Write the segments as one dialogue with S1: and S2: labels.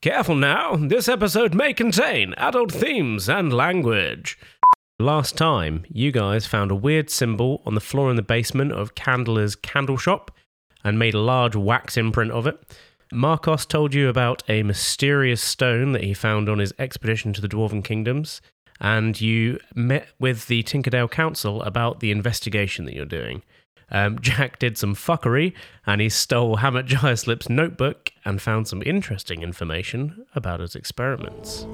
S1: Careful now, this episode may contain adult themes and language. Last time, you guys found a weird symbol on the floor in the basement of Candler's candle shop and made a large wax imprint of it. Marcos told you about a mysterious stone that he found on his expedition to the Dwarven Kingdoms, and you met with the Tinkerdale Council about the investigation that you're doing. Um, Jack did some fuckery and he stole Hamlet Gireslip's notebook and found some interesting information about his experiments.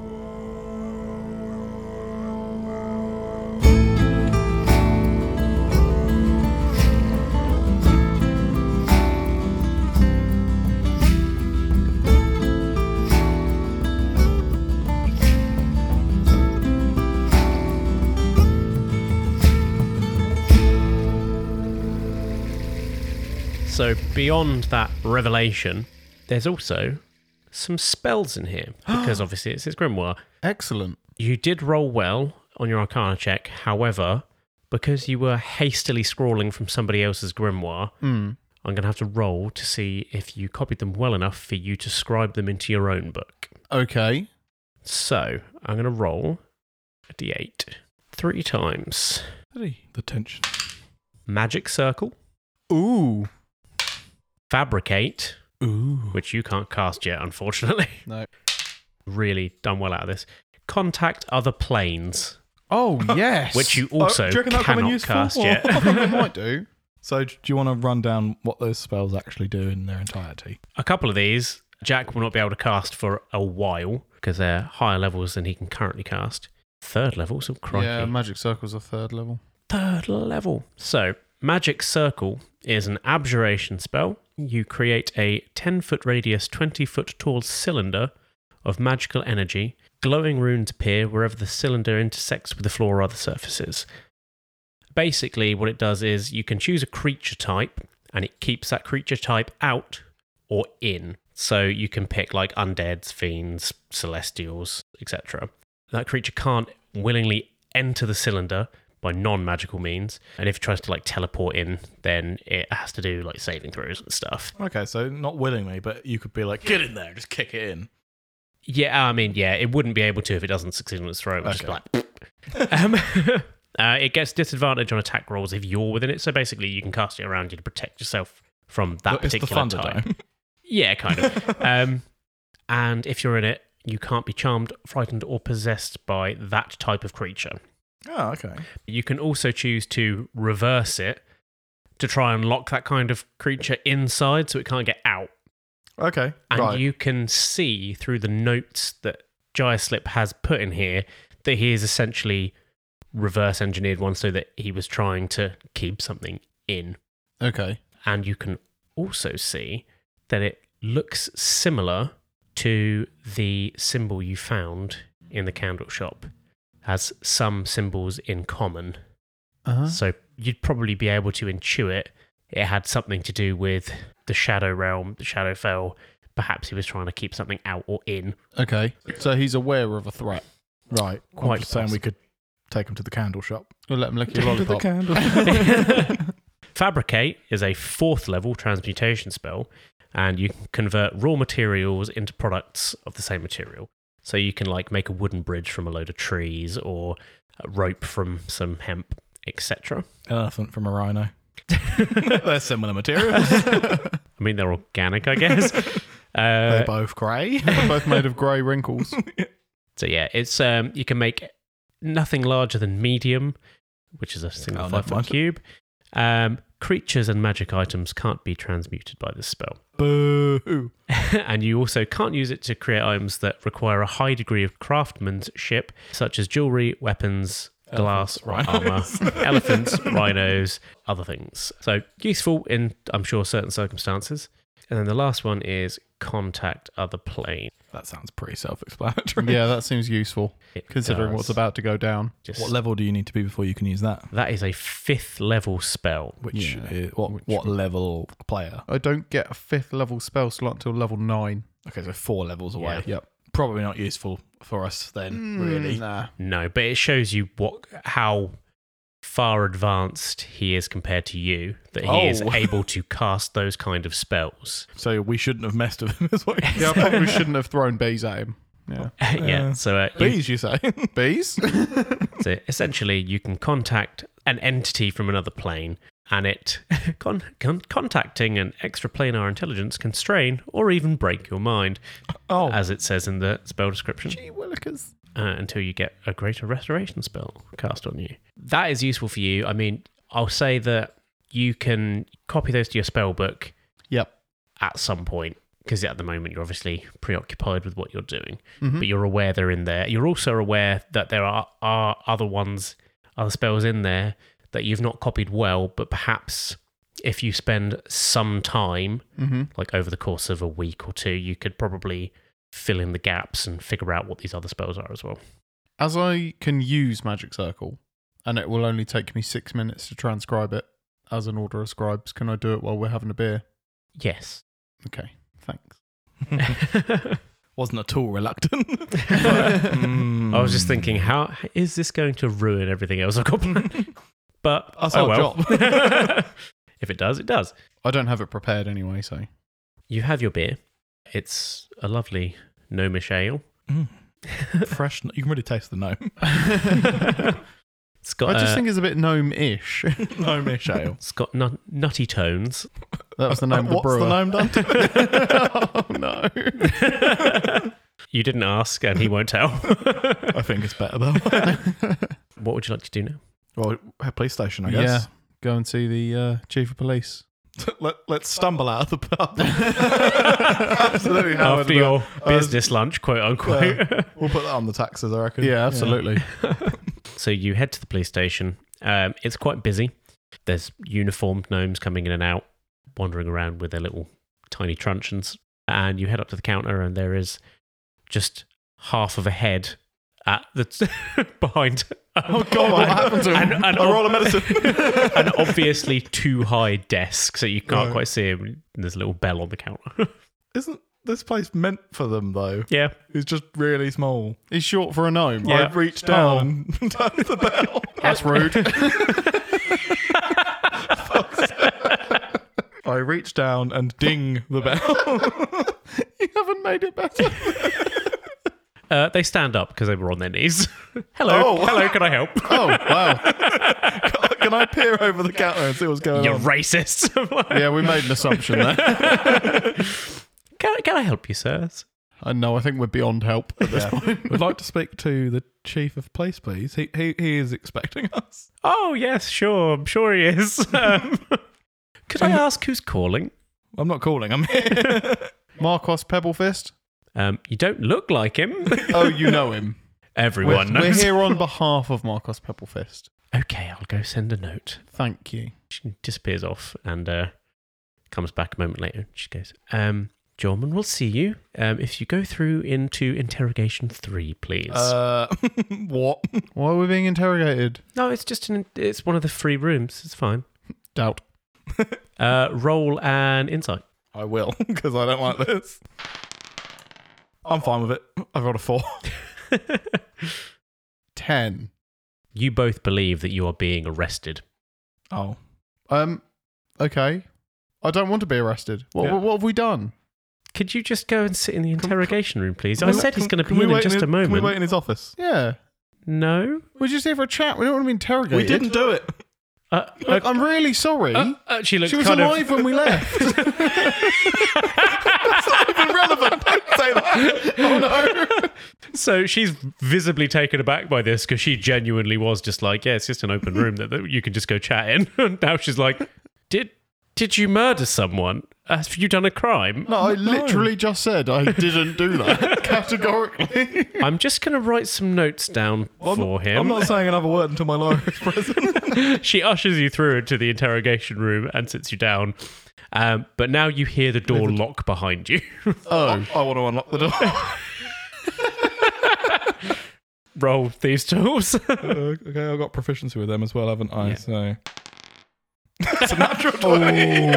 S1: So, beyond that revelation, there's also some spells in here because obviously it's his grimoire.
S2: Excellent.
S1: You did roll well on your arcana check, however, because you were hastily scrawling from somebody else's grimoire,
S2: Hmm.
S1: I'm going to have to roll to see if you copied them well enough for you to scribe them into your own book.
S2: Okay.
S1: So I'm going to roll a d8 three times.
S3: The tension.
S1: Magic circle,
S2: Ooh.
S1: fabricate,
S3: Ooh.
S1: which you can't cast yet, unfortunately.
S2: No.
S1: really done well out of this. Contact other planes,
S2: Oh yes.
S1: which you also
S3: do you reckon that'll come in
S1: cannot
S3: useful?
S1: cast
S3: Or-
S1: yet.
S2: I think we might do.
S3: So, do you want to run down what those spells actually do in their entirety?
S1: a couple of these Jack will not be able to cast for a while because they're higher levels than he can currently cast. Third level, so crikey.
S2: Yeah, magic circles are third level.
S1: third level. So, Magic Circle is an abjuration spell. You create a 10 foot radius, 20 foot tall cylinder of magical energy. Glowing runes appear wherever the cylinder intersects with the floor or other surfaces. Basically, what it does is you can choose a creature type and it keeps that creature type out or in. So you can pick like undeads, fiends, celestials, etc. That creature can't willingly enter the cylinder by non-magical means, and if it tries to like teleport in, then it has to do like saving throws and stuff.
S3: Okay, so not willingly, but you could be like, get in there, just kick it in.
S1: Yeah, I mean, yeah, it wouldn't be able to if it doesn't succeed on its throw. It would just be
S3: Okay.
S1: like, um, uh, it gets disadvantage on attack rolls if you're within it. So basically, you can cast it around you to protect yourself from that
S3: it's the
S1: particular
S3: Thunder
S1: type.
S3: Dome.
S1: Yeah, kind of. um, and if you're in it, you can't be charmed, frightened, or possessed by that type of creature.
S3: Oh, okay.
S1: You can also choose to reverse it to try and lock that kind of creature inside so it can't get out.
S3: Okay.
S1: And
S3: right.
S1: you can see through the notes that Jaya Slip has put in here that he is essentially reverse engineered one so that he was trying to keep something in.
S2: Okay.
S1: And you can also see that it looks similar to the symbol you found in the candle shop. Has some symbols in common.
S2: Uh-huh.
S1: So you'd probably be able to intuit it had something to do with the Shadow Realm, the Shadowfell. Perhaps he was trying to keep something out or in.
S2: Okay. So he's aware of a threat.
S3: right.
S1: Quite
S3: I'm just saying we could take them to the candle shop.
S2: We'll let him lick your
S3: To the
S2: lollipop.
S3: candle.
S1: Fabricate is a fourth level transmutation spell, and you can convert raw materials into products of the same material. So you can like make a wooden bridge from a load of trees or a rope from some hemp, etc.
S3: Elephant from a rhino.
S1: I
S3: They're similar materials.
S1: mean, they're organic, I guess. Uh,
S3: They're both grey.
S2: They're both made of grey wrinkles.
S1: So yeah, it's um you can make nothing larger than medium, which is a single
S3: Oh,
S1: five
S3: never
S1: foot cube. Um, creatures and magic items can't be transmuted by this spell,
S3: Boo.
S1: and you also can't use it to create items that require a high degree of craftsmanship, such as jewelry, weapons. Glass,
S3: Elephants,
S1: armor, elephants, rhinos, other things. So useful in, I'm sure, certain circumstances. And then the last one is contact other plane.
S3: That sounds pretty self-explanatory.
S2: yeah, that seems useful
S1: It
S2: considering
S1: does
S2: what's about to go down.
S1: just-
S3: What level do you need to be before you can use that?
S1: that is a fifth level spell.
S3: Which
S2: Yeah,
S3: is, what
S2: which-
S3: what level player?
S2: I don't get a fifth level spell slot till level nine.
S3: Okay, so four levels away.
S1: Yeah.
S3: Yep. Probably not
S2: Hmm,
S3: useful for us then, really.
S2: Nah.
S1: No, but it shows you what how far advanced he is compared to you that he is
S3: Oh.
S1: able to cast those kind of spells.
S3: So we shouldn't have messed with him. Is what you
S2: Yeah, I probably shouldn't have thrown bees at him. Yeah.
S1: yeah,
S3: Yeah.
S1: so uh, you-
S3: Bees, you say?
S2: Bees?
S1: So essentially, you can contact an entity from another plane, and it con- con- contacting an extraplanar intelligence can strain or even break your mind,
S3: oh,
S1: as it says in the spell description,
S2: Gee willikers.
S1: uh, until you get a greater restoration spell cast on you. That is useful for you. I mean, I'll say that you can copy those to your spell book
S2: Yep.
S1: at some point because at the moment you're obviously preoccupied with what you're doing
S2: Mhm.
S1: but you're aware they're in there you're also aware that there are, are other ones other spells in there that you've not copied well but perhaps if you spend some time
S2: Mm-hmm.
S1: like over the course of a week or two you could probably fill in the gaps and figure out what these other spells are as well
S2: As I can use Magic Circle, and it will only take me six minutes to transcribe it as an order of scribes, can I do it while we're having a beer?
S1: yes
S2: Okay, thanks.
S3: wasn't at all reluctant. Mm.
S1: i was just thinking how is this going to ruin everything else i've got planned? but
S3: That's
S1: oh
S3: our
S1: well
S3: job.
S1: if it does it does
S2: I don't have it prepared anyway, so.
S1: You have your beer. It's a lovely gnomish ale.
S3: Mm. Fresh. You can really taste the gnome.
S1: it's got
S2: I just
S1: uh,
S2: think it's a bit gnome ish.
S3: Gnomish ale.
S1: it's got nut- nutty tones.
S2: That was the name of the
S3: What's
S2: brewer.
S3: the gnome done to
S2: oh, no.
S1: you didn't ask, and he won't tell.
S3: I think it's better though.
S1: what would you like to do now?
S3: well, a police station, I guess.
S2: Go and see the uh, chief of police.
S3: Let, let's stumble out of the pub.
S2: Absolutely, Howard,
S1: After your
S3: uh,
S1: business lunch, quote unquote.
S3: We'll put that on the taxes, I reckon.
S2: Yeah, absolutely.
S1: so you head to the police station. Um, it's quite busy. There's uniformed gnomes coming in and out, wandering around with their little tiny truncheons. And you head up to the counter, and there is just half of a head at the behind.
S3: Oh god, what happened to him?
S1: And- and-
S3: a roll of medicine.
S1: an obviously too high desk, so you can't
S3: Right.
S1: quite see him. And There's a little bell on the counter.
S3: Isn't this place meant for them though?
S1: yeah,
S3: It's just really small.
S2: He's short for a gnome.
S1: Yeah.
S2: Yeah.
S3: I reached down and touched the bell.
S2: That's rude.
S3: I reached down and ding the bell.
S2: you haven't made it better.
S1: uh, they stand up because they were on their knees. hello,
S3: Oh.
S1: hello, can I help?
S2: oh, wow.
S3: Can I peer over the counter and see what's going
S1: You're
S3: on?
S1: racist. I'm like,
S2: Yeah, we made an assumption there.
S1: can, I- can I help you, sir?
S2: I know, I think we're beyond help at this
S3: Yeah.
S2: point.
S3: We'd like to speak to the chief of police, please. He he, he is expecting us.
S1: Oh yes, sure, I'm sure he is. Um, could I ask who's calling?
S3: I'm not calling. I'm here.
S2: Marcos Pebblefist?
S1: Um, you don't look like him.
S2: Oh, you know him. We're,
S1: Everyone
S2: we're
S1: knows.
S2: here on behalf of Marcos Pebblefist.
S1: Okay, I'll go send a note.
S2: Thank you.
S1: She disappears off and uh, comes back a moment later. She goes, um, "Jorman, we'll see you um, if you go through into interrogation three, please."
S3: uh, what?
S2: Why are we being interrogated?
S1: no, it's just an, it's one of the free rooms. It's fine.
S2: Doubt.
S1: Uh, roll an insight.
S3: I will because I don't like this. I'm fine with it. I've rolled a four.
S2: Ten.
S1: You both believe that you are being arrested.
S3: Oh,
S2: Um, okay. I don't want to be arrested. What,
S3: Yeah.
S2: what have we done?
S1: Could you just go and sit in the
S3: Can-
S1: interrogation room, please?
S3: Can
S1: I
S3: we-
S1: said he's
S3: can-
S1: going to
S3: can
S1: be
S3: we
S1: in in
S3: wait
S1: just a
S3: his- Can we
S1: moment.
S3: wait in his office?
S2: Yeah.
S1: No.
S2: We're just here for a chat. We don't want to be interrogated.
S3: We didn't do it.
S1: Uh,
S2: Look, I'm really sorry.
S1: uh, uh, she looks
S2: she was
S1: kind
S2: alive when we left.
S3: Irrelevant. Don't say that.
S2: oh, no.
S1: of. So she's visibly taken aback by this because she genuinely was just like, "Yeah, it's just an open room that, that you can just go chat in." and now she's like, "Did did you murder someone? Have you done a crime?"
S2: No, I literally just said I didn't do that categorically.
S1: I'm just going to write some notes down for him.
S3: I'm not saying another word until my lawyer is present.
S1: she ushers you through into the interrogation room and sits you down. Um, but now you hear the door lock behind you.
S2: Oh,
S3: I want to unlock the door.
S1: Roll these tools.
S3: Uh, okay, I've got proficiency with them as well, haven't I?
S1: Yeah.
S3: So. It's a natural 20.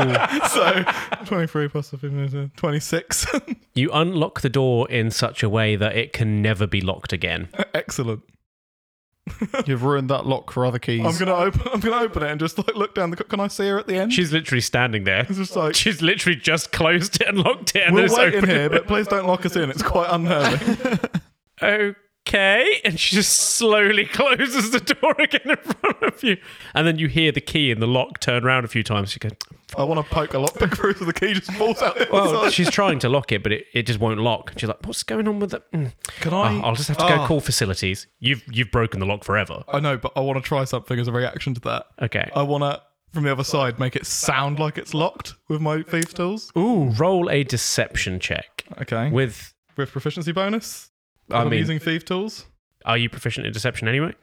S3: so 23 plus the 15, so 26.
S1: you unlock the door in such a way that it can never be locked again.
S3: Excellent.
S2: You've ruined that lock for other keys.
S3: I'm gonna open. I'm gonna open it and just like look down. The, can I see her at the end?
S1: She's literally standing there.
S3: It's just like
S1: She's literally just closed it and locked it and
S3: we'll
S1: then it's
S3: wait in
S1: opened
S3: here,
S1: it.
S3: but please don't lock us in. It's quite unnerving.
S1: okay. And she just slowly closes the door again in front of you. And then you hear the key in the lock turn around a few times. You go,
S3: I want to poke a lockpick through, so the key just falls out. The other
S1: well,
S3: side.
S1: "Oh, she's trying to lock it, but it, it just won't lock. She's like, what's going on with that? Mm.
S3: Can
S1: Oh,
S3: I?
S1: I'll just have to go
S3: Oh.
S1: call facilities. You've you've broken the lock forever.
S3: I know, but I want to try something as a reaction to that.
S1: Okay.
S3: I want to, from the other side, make it sound like it's locked with my thieves' tools.
S1: Ooh, roll a deception check
S3: Okay. With,
S1: with.
S3: proficiency bonus.
S1: I
S3: I'm
S1: mean,
S3: using thief tools.
S1: are you proficient in deception anyway?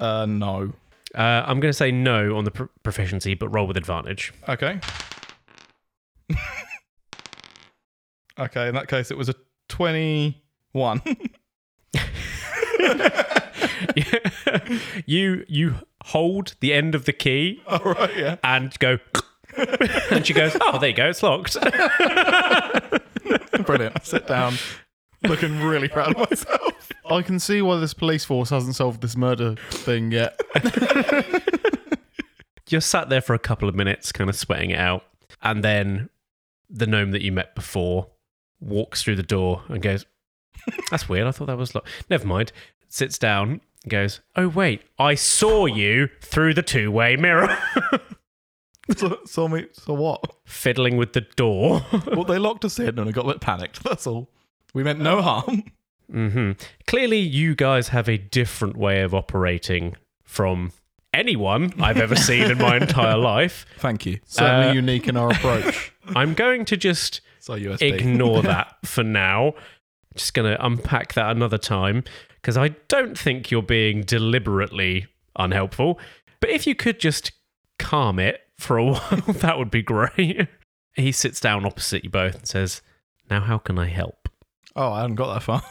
S3: Uh, no.
S1: Uh, I'm going to say no on the pr- proficiency, but roll with advantage.
S3: Okay. okay. In that case, it was a twenty-one.
S1: you you hold the end of the key
S3: All right. Yeah.
S1: and go, and she goes, "Oh, there you go, it's locked."
S3: Brilliant. I sit down, looking really proud of myself.
S2: I can see why this police force hasn't solved this murder thing yet.
S1: You're sat there for a couple of minutes, kind of sweating it out, and then the gnome that you met before walks through the door and goes, "That's weird. I thought that was locked. Never mind." Sits down, goes, "Oh wait, I saw you through the two-way mirror."
S3: So, so me. So what?
S1: Fiddling with the door.
S3: Well, they locked us in, and I got a bit panicked. That's all. We meant no harm.
S1: hmm Clearly, you guys have a different way of operating from anyone I've ever seen in my entire life.
S3: Thank you.
S2: Certainly
S1: Uh,
S2: unique in our approach.
S1: I'm going to just
S3: So USB.
S1: ignore that for now. Just going to unpack that another time because I don't think you're being deliberately unhelpful. But if you could just calm it for a while, that would be great. He sits down opposite you both and says, Now, how can I help?
S3: oh, I haven't got that far.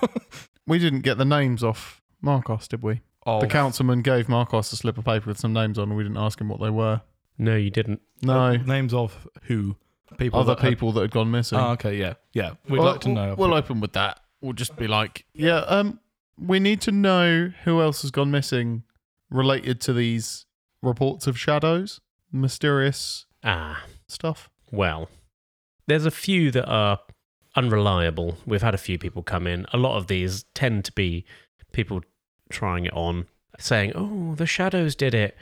S2: we didn't get the names off Marcos, did we?
S3: oh,
S2: The councilman gave Marcos a slip of paper with some names on, and we didn't ask him what they were.
S1: No, you didn't.
S2: No,
S3: Uh, names of who? People.
S2: other
S3: that had-
S2: people that had gone missing.
S3: Oh, okay. Yeah. Yeah. Uh, We'd
S2: Well,
S3: like to
S2: we'll-
S3: know.
S2: We'll open with that. We'll just be like, yeah, um, we need to know who else has gone missing related to these reports of shadows, mysterious
S1: Ah.
S2: stuff.
S1: well. There's a few that are unreliable. We've had a few people come in. A lot of these tend to be people trying it on, saying, oh, the shadows did it.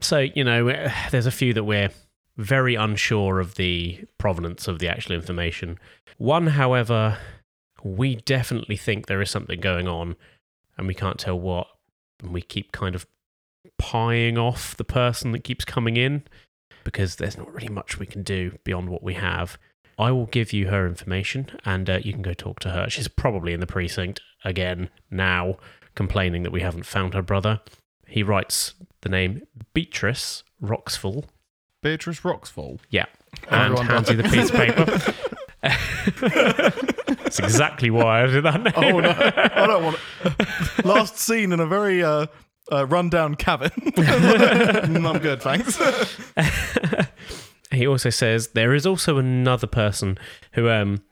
S1: So, you know, eh, there's a few that we're very unsure of the provenance of the actual information. One, however, we definitely think there is something going on and we can't tell what. And we keep kind of pieing off the person that keeps coming in because there's not really much we can do beyond what we have. I will give you her information and uh, you can go talk to her. She's probably in the precinct again now, complaining that we haven't found her brother. He writes the name Beatrice Roxfall.
S2: Beatrice Roxfall.
S1: Yeah. And
S2: Everyone
S1: hands you
S2: does.
S1: the piece of paper. That's exactly why I did that name.
S3: Oh no! I don't want. It. Last seen in a very uh, uh, rundown cabin. Mm, I'm good, thanks.
S1: he also says there is also another person who um,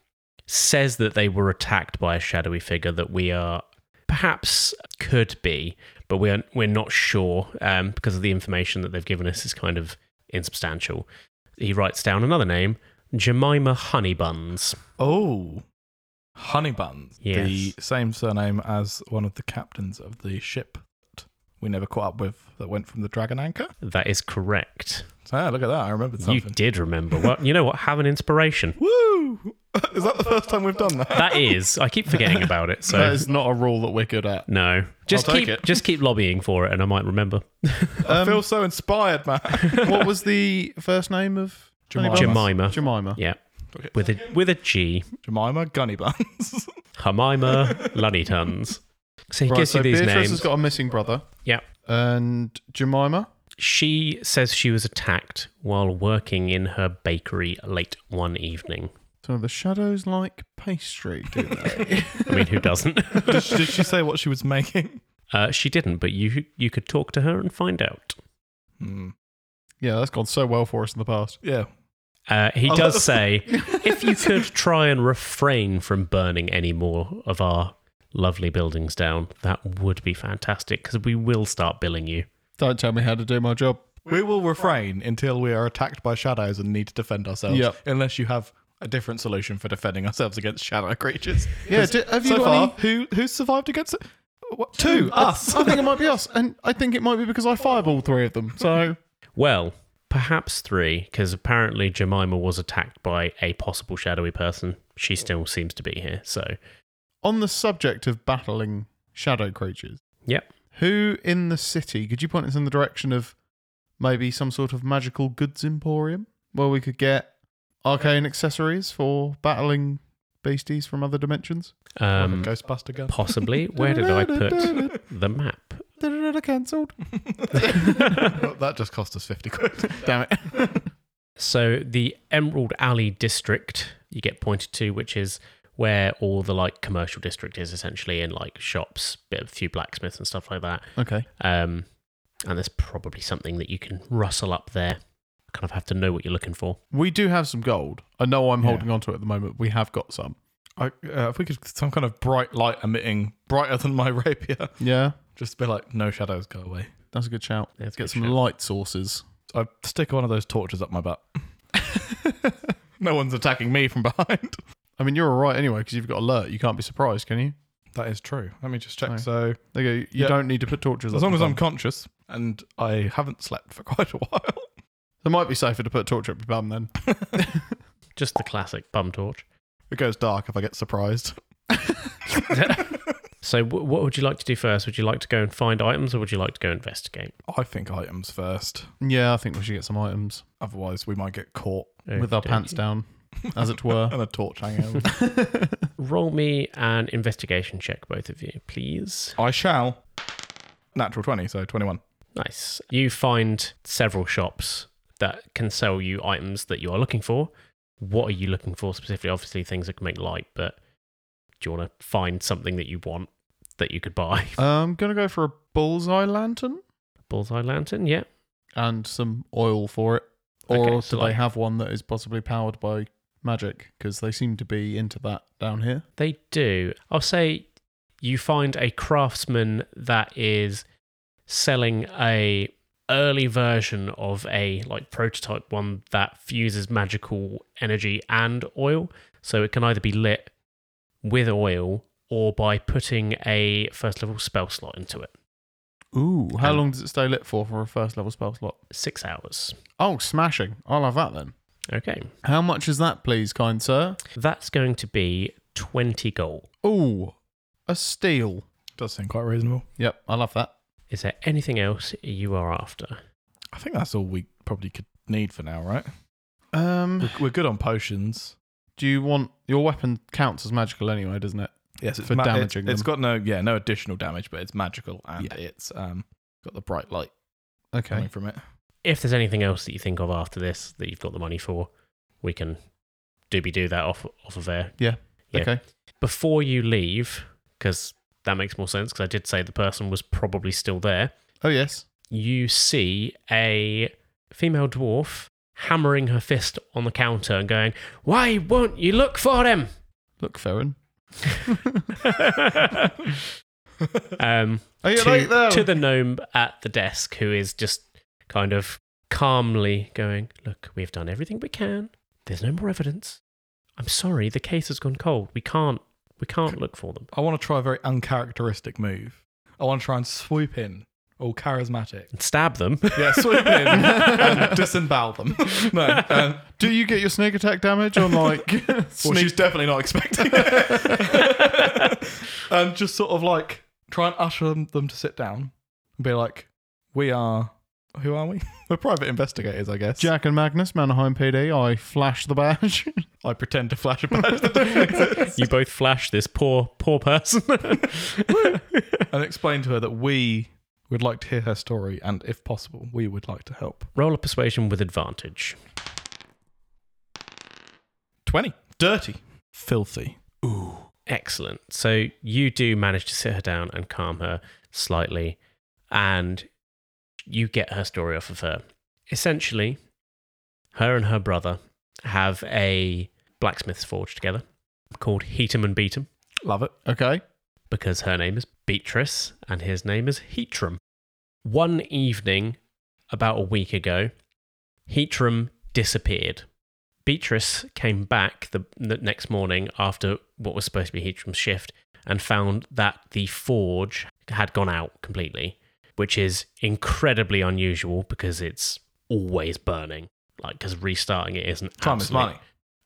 S1: says that they were attacked by a shadowy figure that we are perhaps could be, but we're we're not sure um, because of the information that they've given us is kind of insubstantial. He writes down another name, Jemima Honeybuns.
S3: Oh, Honeybuns. The
S1: Yes.
S3: same surname as one of the captains of the ship that we never caught up with that went from the Dragon Anchor.
S1: That is correct.
S3: So, yeah, look at that. I remembered
S1: You
S3: something.
S1: did remember. Well, you know what? Have an inspiration.
S3: Woo! Is that the first time we've done that?
S1: That is. I keep forgetting about it. So
S2: That is not a rule that we're good at.
S1: no, just
S2: take
S1: keep
S2: it.
S1: just keep lobbying for it, and I might remember.
S3: I feel so inspired, man.
S2: what was the first name of
S3: Jemima.
S1: Jemima.
S2: Jemima.
S1: Yeah. With a with a G.
S3: Jemima Gunnybuns.
S1: Hamima Lunnytons. So he
S2: Right,
S1: gives
S2: so
S1: you these
S2: Beatrice
S1: names.
S2: has got a missing brother,
S1: yeah.
S2: and Jemima.
S1: She says she was attacked while working in her bakery late one evening.
S2: So the shadows like pastry, do they?
S1: I mean, who doesn't?
S3: did, she, did she say what she was making?
S1: uh, she didn't, but you you could talk to her and find out.
S3: Hmm.
S2: yeah, that's gone so well for us in the past.
S3: Yeah.
S1: Uh, he
S3: Oh.
S1: does say, if you could try and refrain from burning any more of our lovely buildings down, that would be fantastic because we will start billing you.
S2: Don't tell me how to do my job.
S3: We will refrain until we are attacked by shadows and need to defend ourselves.
S2: Yep.
S3: Unless you have a different solution for defending ourselves against shadow creatures.
S2: Yeah,
S3: 'Cause
S2: do- have you
S3: so
S2: got
S3: far,
S2: any-
S3: who who survived against it? What, two, us.
S2: I think it might be us, and I think it might be because I fireball three of them. So
S1: Well, perhaps three, because apparently Jemima was attacked by a possible shadowy person. She still seems to be here, so
S2: on the subject of battling shadow creatures,
S1: yep.
S2: who in the city could you point us in the direction of maybe some sort of magical goods emporium where we could get arcane accessories for battling beasties from other dimensions?
S1: Um,
S3: Ghostbuster gun.
S1: possibly. Where did I put the map?
S2: Cancelled.
S3: Well, that just cost us fifty quid. Damn it.
S1: So the Emerald Alley district you get pointed to, which is where all the like commercial district is essentially in like shops, bit a few blacksmiths and stuff like that.
S2: Okay.
S1: Um, and there's probably something that you can rustle up there. Kind of have to know what you're looking for.
S2: We do have some gold. I know I'm
S3: Yeah.
S2: holding on to it at the moment. We have got some.
S3: I, uh, if we could some kind of bright light emitting brighter than my rapier,
S2: Yeah,
S3: just be like, no shadows, go away.
S2: that's a good shout.
S1: Let's
S2: Get some light sources.
S3: I stick one of those torches up my butt. no one's attacking me from behind.
S2: I mean, you're all right anyway because you've got alert. You can't be surprised, can you?
S3: That is true. Let me just check.
S2: No.
S3: So,
S2: There you go. You
S3: Yeah.
S2: don't need to put torches.
S3: as
S2: up
S3: long
S2: the
S3: as I'm
S2: bum.
S3: conscious and I haven't slept for quite a while,
S2: it might be safer to put a torch up your bum then.
S1: Just the classic bum torch.
S3: it goes dark if I get surprised.
S1: So, w- what would you like to do first? Would you like to go and find items, or would you like to go investigate?
S3: I think items first.
S2: Yeah, I think we should get some items
S3: Otherwise, we might get caught
S2: with our
S1: Okey-dokey.
S2: pants down, as it were.
S3: and a torch hanging out.
S1: Roll me an investigation check, both of you, please.
S3: I shall. Natural 20, so 21.
S1: Nice. You find several shops that can sell you items that you are looking for. What are you looking for specifically? Obviously, things that can make light, but do you want to find something that you want that you could buy?
S2: I'm Um, gonna go for a bullseye lantern
S1: Bullseye lantern, yeah.
S2: and some oil for it. Or
S1: Okay,
S2: do
S1: so
S2: they
S1: like-
S2: have one that is possibly powered by magic? Because they seem to be into that down here.
S1: They do. I'll say you find a craftsman that is selling a early version of a like prototype one that fuses magical energy and oil. So it can either be lit with oil or by putting a first level spell slot into it.
S2: Ooh, how
S1: And-
S2: long does it stay lit for for a first level spell slot?
S1: Six hours.
S2: Oh, smashing! I'll have that then.
S1: Okay.
S2: How much is that, please, kind sir?
S1: That's going to be 20 gold.
S2: Ooh, a steal.
S3: Does seem quite reasonable.
S2: Yep, I love that.
S1: Is there anything else you are after?
S3: I think that's all we probably could need for now, right?
S2: Um,
S3: We're, we're good on potions.
S2: do you want your weapon counts as magical anyway, doesn't it?
S3: Yes, it's
S2: For
S3: it's-
S2: damaging
S3: It's
S2: them.
S3: got no, yeah, no additional damage, but it's magical and
S2: Yeah.
S3: it's um got the bright light
S2: Okay.
S3: coming from it.
S1: if there's anything else that you think of after this that you've got the money for, we can doobie do that off off of there Yeah.
S2: Okay.
S1: before you leave, because that makes more sense. Because I did say the person was probably still there.
S2: Oh yes.
S1: You see a female dwarf hammering her fist on the counter and going, "Why won't you look for him?"
S2: Look, Ferron.
S1: um,
S2: Are you
S1: to,
S2: right there?
S1: to the gnome at the desk who is just kind of calmly going, Look, we've done everything we can. There's no more evidence. I'm sorry, the case has gone cold. We can't we can't look for them.
S3: I want to try a very uncharacteristic move. I want to try and swoop in, all charismatic.
S1: And stab them.
S3: Yeah, swoop in and disembowel them. No, um,
S2: Do you get your sneak attack damage on like
S3: well,
S2: sneak?
S3: she's definitely not expecting it. and Um, just sort of like try and usher them, them to sit down and be like, "We are who are we? We're private investigators, I guess."
S2: Jack and Magnus, Manheim PD. I flash the badge.
S3: I pretend to flash a badge that doesn't exist.
S1: you both flash this poor poor person.
S3: and explain to her that we would like to hear her story, and if possible, we would like to help.
S1: Roll a persuasion with advantage.
S3: Twenty, dirty, filthy.
S1: Excellent. So you do manage to sit her down and calm her slightly, and you get her story off of her. Essentially, her and her brother have a blacksmith's forge together called Heatem and Beatem.
S3: Love it.
S2: okay.
S1: because her name is Beatrice and his name is Heatrum. One evening, about a week ago, Heatrum disappeared. Beatrice came back the, the next morning after what was supposed to be Heatrum's shift and found that the forge had gone out completely, which is incredibly unusual because it's always burning. Like, because restarting it is an
S3: Time is
S1: absolute,
S3: money.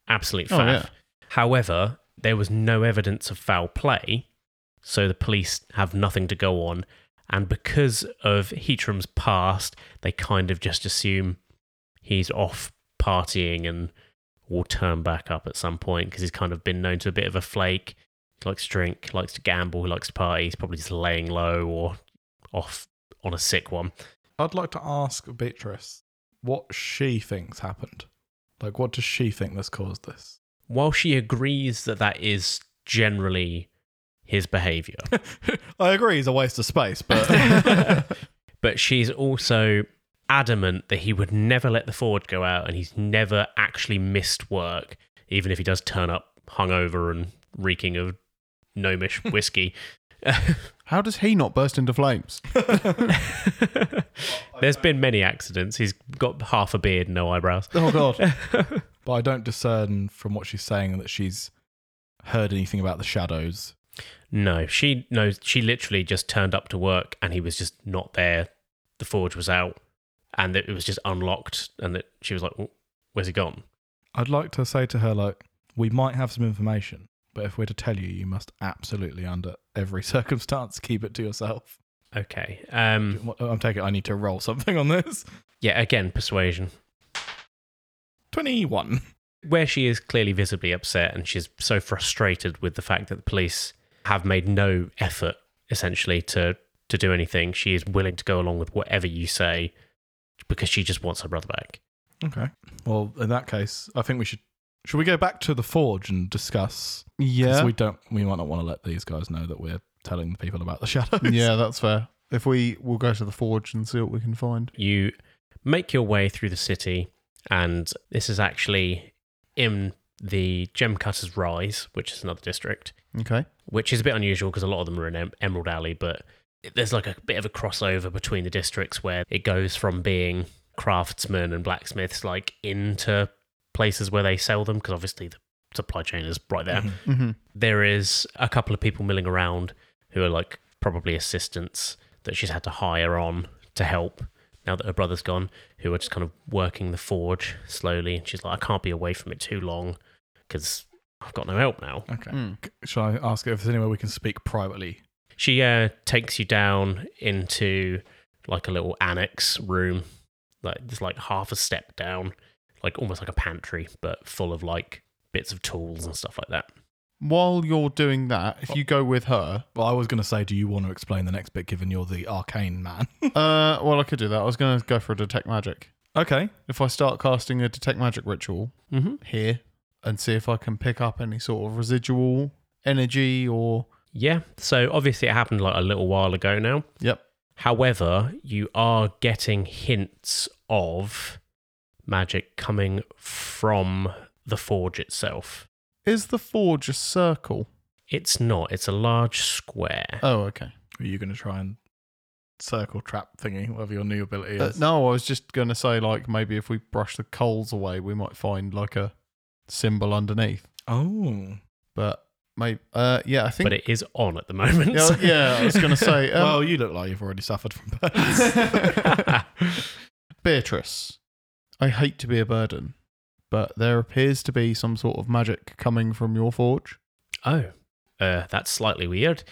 S1: absolute
S2: Oh,
S1: faff.
S2: yeah.
S1: However, there was no evidence of foul play, so the police have nothing to go on. And because of Heatram's past, they kind of just assume he's off partying and will turn back up at some point because he's kind of been known to a bit of a flake. He likes to drink, likes to gamble, he likes to party. He's probably just laying low or off on a sick one.
S3: I'd like to ask Beatrice what she thinks happened. Like, what does she think that's caused this?
S1: While she agrees that that is generally his behavior,
S3: I agree, he's a waste of space, but
S1: but she's also adamant that he would never let the Ford go out and he's never actually missed work, even if he does turn up hungover and reeking of gnomish whiskey.
S2: How does he not burst into flames?
S1: There's been many accidents. He's got half a beard, and no eyebrows.
S2: Oh god.
S3: but I don't discern from what she's saying that she's heard anything about the shadows.
S1: No, she no, she literally just turned up to work and he was just not there. The forge was out and that it was just unlocked and that she was like, "Oh, "Where's he gone?"
S3: I'd like to say to her, like, we might have some information, but if we're to tell you, you must absolutely, under every circumstance, keep it to yourself.
S1: Okay. Um
S3: What- I'm taking I need to roll something on this.
S1: yeah, again persuasion.
S3: 21.
S1: where she is clearly visibly upset and she's so frustrated with the fact that the police have made no effort essentially to to do anything she is willing to go along with whatever you say because she just wants her brother back
S3: Okay. Well, in that case, I think we should. Should we go back to the forge and discuss? 'Cause
S2: Yeah.
S3: We don't. We might not want to let these guys know that we're telling the people about the shadows.
S2: yeah, that's fair. If we we'll go to the forge and see what we can find.
S1: you make your way through the city and this is actually in the gem cutters rise which is another district
S2: Okay.
S1: which is a bit unusual because a lot of them are in em- Emerald Alley, but it- there's like a bit of a crossover between the districts where it goes from being craftsmen and blacksmiths like into places where they sell them because obviously the supply chain is right there.
S3: Mhm.
S2: Mm-hmm.
S1: There is a couple of people milling around who are like probably assistants that she's had to hire on to help now that her brother's gone, who are just kind of working the forge slowly. And she's like, I can't be away from it too long because I've got no help now.
S3: Okay. Shall I ask if there's anywhere we can speak privately?
S1: She uh, takes you down into like a little annex room, like there's like half a step down, like almost like a pantry, but full of like bits of tools and stuff like that.
S2: While you're doing that, if you go with her,
S3: Well, I was going to say, do you want to explain the next bit, given you're the arcane man?
S2: uh, well, I could do that. I was going to go for a detect magic.
S3: okay.
S2: If I start casting a detect magic ritual
S1: Mm-hmm.
S2: here and see if I can pick up any sort of residual energy or
S1: Yeah. So obviously it happened like a little while ago now.
S2: yep,
S1: However, you are getting hints of magic coming from the forge itself.
S2: is the forge a circle?
S1: It's not. It's a large square.
S2: Oh, okay.
S3: Are you going to try and circle trap thingy, whatever your new ability
S2: Uh,
S3: is?
S2: no, I was just going to say like maybe if we brush the coals away, we might find like a symbol underneath.
S3: Oh.
S2: But maybe, uh, yeah, I think.
S1: but it is on at the moment.
S2: yeah,
S1: so-
S2: yeah, I was going to say. Um,
S3: well, you look like you've already suffered from burns.
S2: Beatrice, I hate to be a burden, but there appears to be some sort of magic coming from your forge.
S1: Oh, uh, that's slightly weird.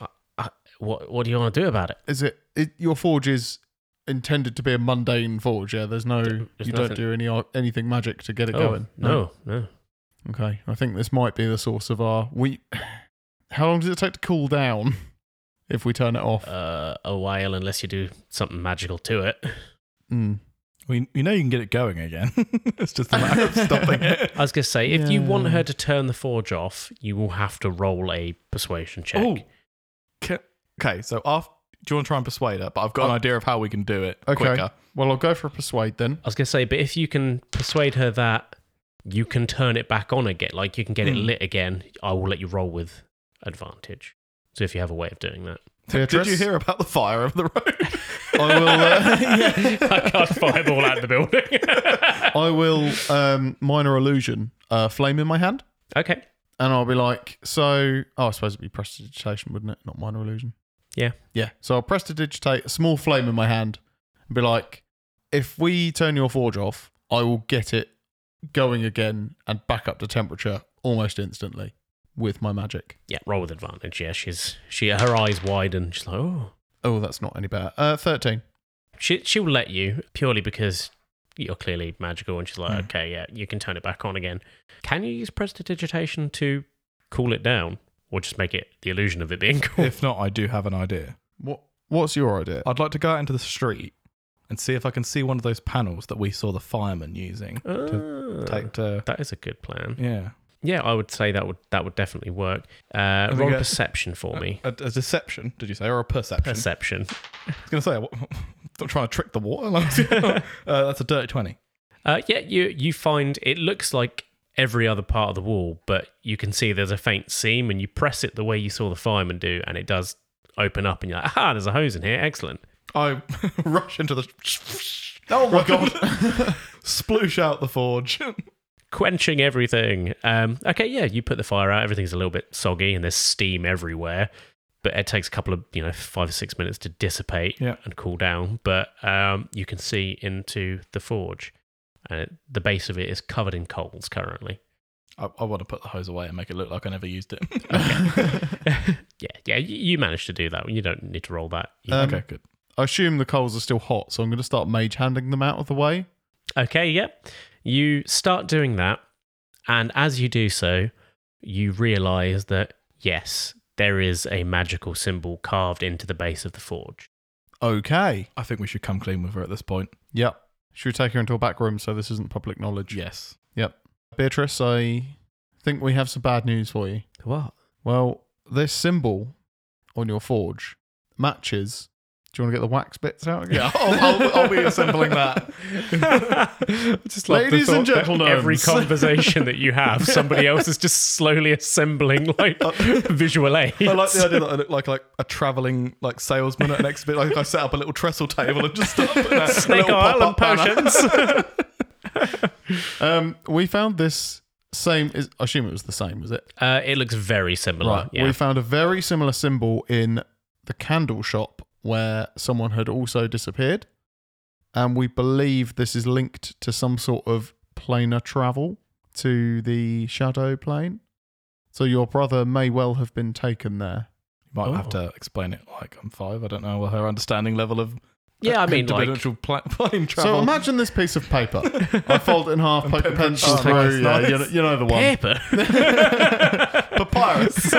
S1: Uh, uh, what what do you want to do about it?
S2: Is it, it your forge is intended to be a mundane forge? Yeah, there's no
S1: There's
S2: you
S1: nothing-
S2: don't do any ar- anything magic to get it
S1: Oh,
S2: going.
S1: No, no.
S2: Okay, I think this might be the source of our we. How long does it take to cool down if we turn it off?
S1: Uh, a while, unless you do something magical to it.
S2: Mm.
S3: we, you know you can get it going again. it's just a matter of stopping it.
S1: I was gonna say, if you want
S2: Yeah.
S1: her to turn the forge off, you will have to roll a persuasion check.
S3: Oh. Okay, so after, do you want to try and persuade her? But I've got an idea of how we can do it
S2: Okay.
S3: quicker.
S2: Well, I'll go for a persuade then.
S1: I was gonna say, but if you can persuade her that you can turn it back on again, like you can get it
S3: Hmm.
S1: lit again, I will let you roll with advantage. So if you have a way of doing that,
S3: Did
S2: Beatrice?
S3: you hear about the fire of the road?
S2: I will. Uh,
S1: I can't fireball out of the building.
S2: I will. Um, minor illusion. Uh, flame in my hand,
S1: okay.
S2: and I'll be like, so. Oh, I suppose it'd be prestidigitation, wouldn't it? Not minor illusion.
S1: Yeah.
S2: Yeah. So I'll prestidigitate a small flame in my hand, and be like, if we turn your forge off, I will get it going again and back up to temperature almost instantly with my magic.
S1: Yeah, roll with advantage. Yeah, she's she her eyes widen. She's like, oh,
S2: Oh, that's not any better. Uh, thirteen.
S1: she she'll let you purely because you're clearly magical, and she's
S3: Hmm.
S1: like, okay, yeah, you can turn it back on again. Can you use prestidigitation to cool it down, or just make it the illusion of it being cool?
S3: if not, I do have an idea.
S2: What? What's your idea?
S3: I'd like to go out into the street and see if I can see one of those panels that we saw the firemen using.
S1: Ah,
S3: Take to
S1: that is a good plan.
S3: yeah,
S1: Yeah, I would say that would that would definitely work. Uh,
S3: think
S1: roll
S3: I-
S1: perception for me.
S3: a, a deception. Did you say or a perception?
S1: Perception.
S3: I was gonna say what- I'm trying to trick the water. like- uh, that's a dirty twenty.
S1: Uh, yeah, you you find it looks like every other part of the wall, but you can see there's a faint seam, and you press it the way you saw the fireman do, and it does open up, and you're like, "Aha! There's a hose in here. Excellent."
S3: I rush into the.
S2: Oh my god.
S3: Sploosh out the forge.
S1: Quenching everything. Um, okay, yeah, you put the fire out. Everything's a little bit soggy, and there's steam everywhere. But it takes a couple of you know five or six minutes to dissipate
S3: Yeah.
S1: and cool down. But um, you can see into the forge, and it, the base of it is covered in coals currently.
S3: I, I want to put the hose away and make it look like I never used it. Um,
S1: Yeah, yeah, you, you managed to do that. You don't need to roll that. You
S2: Um,
S3: okay, good.
S2: I assume the coals are still hot, so I'm going to start mage handing them out of the way.
S1: Okay, yep. You start doing that, and as you do so, you realize that yes, there is a magical symbol carved into the base of the forge.
S2: Okay.
S3: I think we should come clean with her at this point.
S2: Yep. Should we take her into a back room so this isn't public knowledge?
S3: Yes.
S2: Yep. Beatrice, I think we have some bad news for you.
S1: What?
S2: Well, this symbol on your forge matches. Do you want to get the wax bits out again?
S3: Yeah, I'll, I'll, I'll be assembling that. Just love the
S2: Ladies and
S3: thought that
S2: gentlemen.
S1: Every conversation that you have, somebody else is just slowly assembling like visual aids.
S3: I like the idea that I look like like a traveling like salesman at an exhibit. Like I set up a little trestle table and just start putting out a
S1: Snake
S3: little
S1: oil and
S3: pop-up banner.
S1: potions.
S2: Um, we found this same. Is, I assume it was the same, was it?
S1: uh, it looks very similar. Yeah.
S2: We found a very similar symbol in the candle shop where someone had also disappeared. And we believe this is linked to some sort of planar travel to the shadow plane. So your brother may well have been taken there.
S3: Might have
S1: Oh.
S3: to explain it like I'm five. I don't know her understanding level of
S1: yeah, I mean, like,
S3: dimensional pla- plane travel.
S2: So imagine this piece of paper. I fold it in half, poke a pencil
S3: Oh,
S2: through.
S3: nice, nice.
S2: yeah, you, know, you know the one.
S1: paper.
S3: papyrus.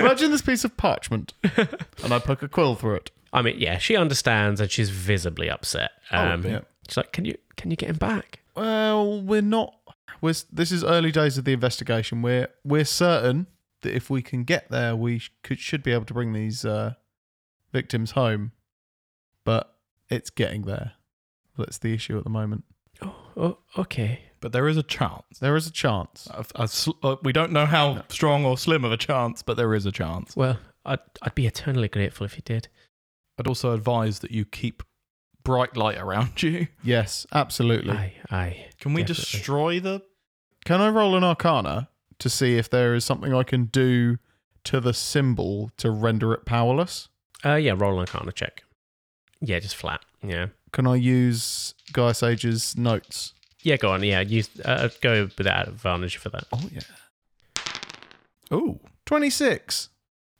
S2: Imagine this piece of parchment. And I poke a quill through it.
S1: I mean, yeah, she understands and she's visibly upset.
S3: Oh,
S1: Um,
S2: yeah.
S1: She's like, "Can you can you get him back?"
S2: Well, we're not. We're, this is early days of the investigation. We're we're certain that if we can get there, we sh- could should be able to bring these uh, victims home. But it's getting there. That's the issue at the moment.
S1: Oh, oh okay.
S3: but there is a chance.
S2: There is a chance.
S3: A- a sl- uh, we don't know how strong or slim of a chance, but there is a chance.
S1: Well, I'd I'd be eternally grateful if you did.
S3: I'd also advise that you keep bright light around you.
S2: Yes, absolutely.
S1: Aye, aye.
S3: Can we
S1: Definitely.
S3: destroy the?
S2: Can I roll an arcana to see if there is something I can do to the symbol to render it powerless?
S1: Uh, yeah, roll an arcana check. Yeah, just flat. Yeah,
S2: Can I use Guy Sage's notes?
S1: yeah. Go on. Yeah, you uh, go with that advantage for that.
S2: Oh yeah,
S3: Ooh,
S2: twenty six.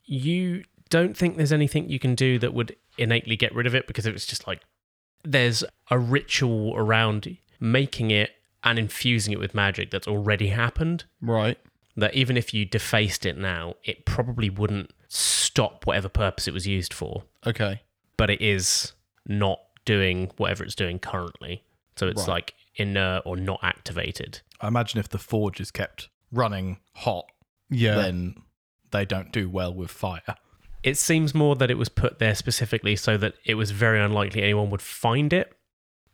S1: You don't think there's anything you can do that would innately get rid of it because it was just like there's a ritual around making it and infusing it with magic that's already happened.
S2: Right.
S1: that even if you defaced it now, it probably wouldn't stop whatever purpose it was used for,
S2: Okay.
S1: but it is not doing whatever it's doing currently. So it's
S3: Right.
S1: like inert or not activated.
S3: I imagine if the forge is kept running hot,
S2: Yeah.
S3: then they don't do well with fire.
S1: It seems more that it was put there specifically so that it was very unlikely anyone would find it,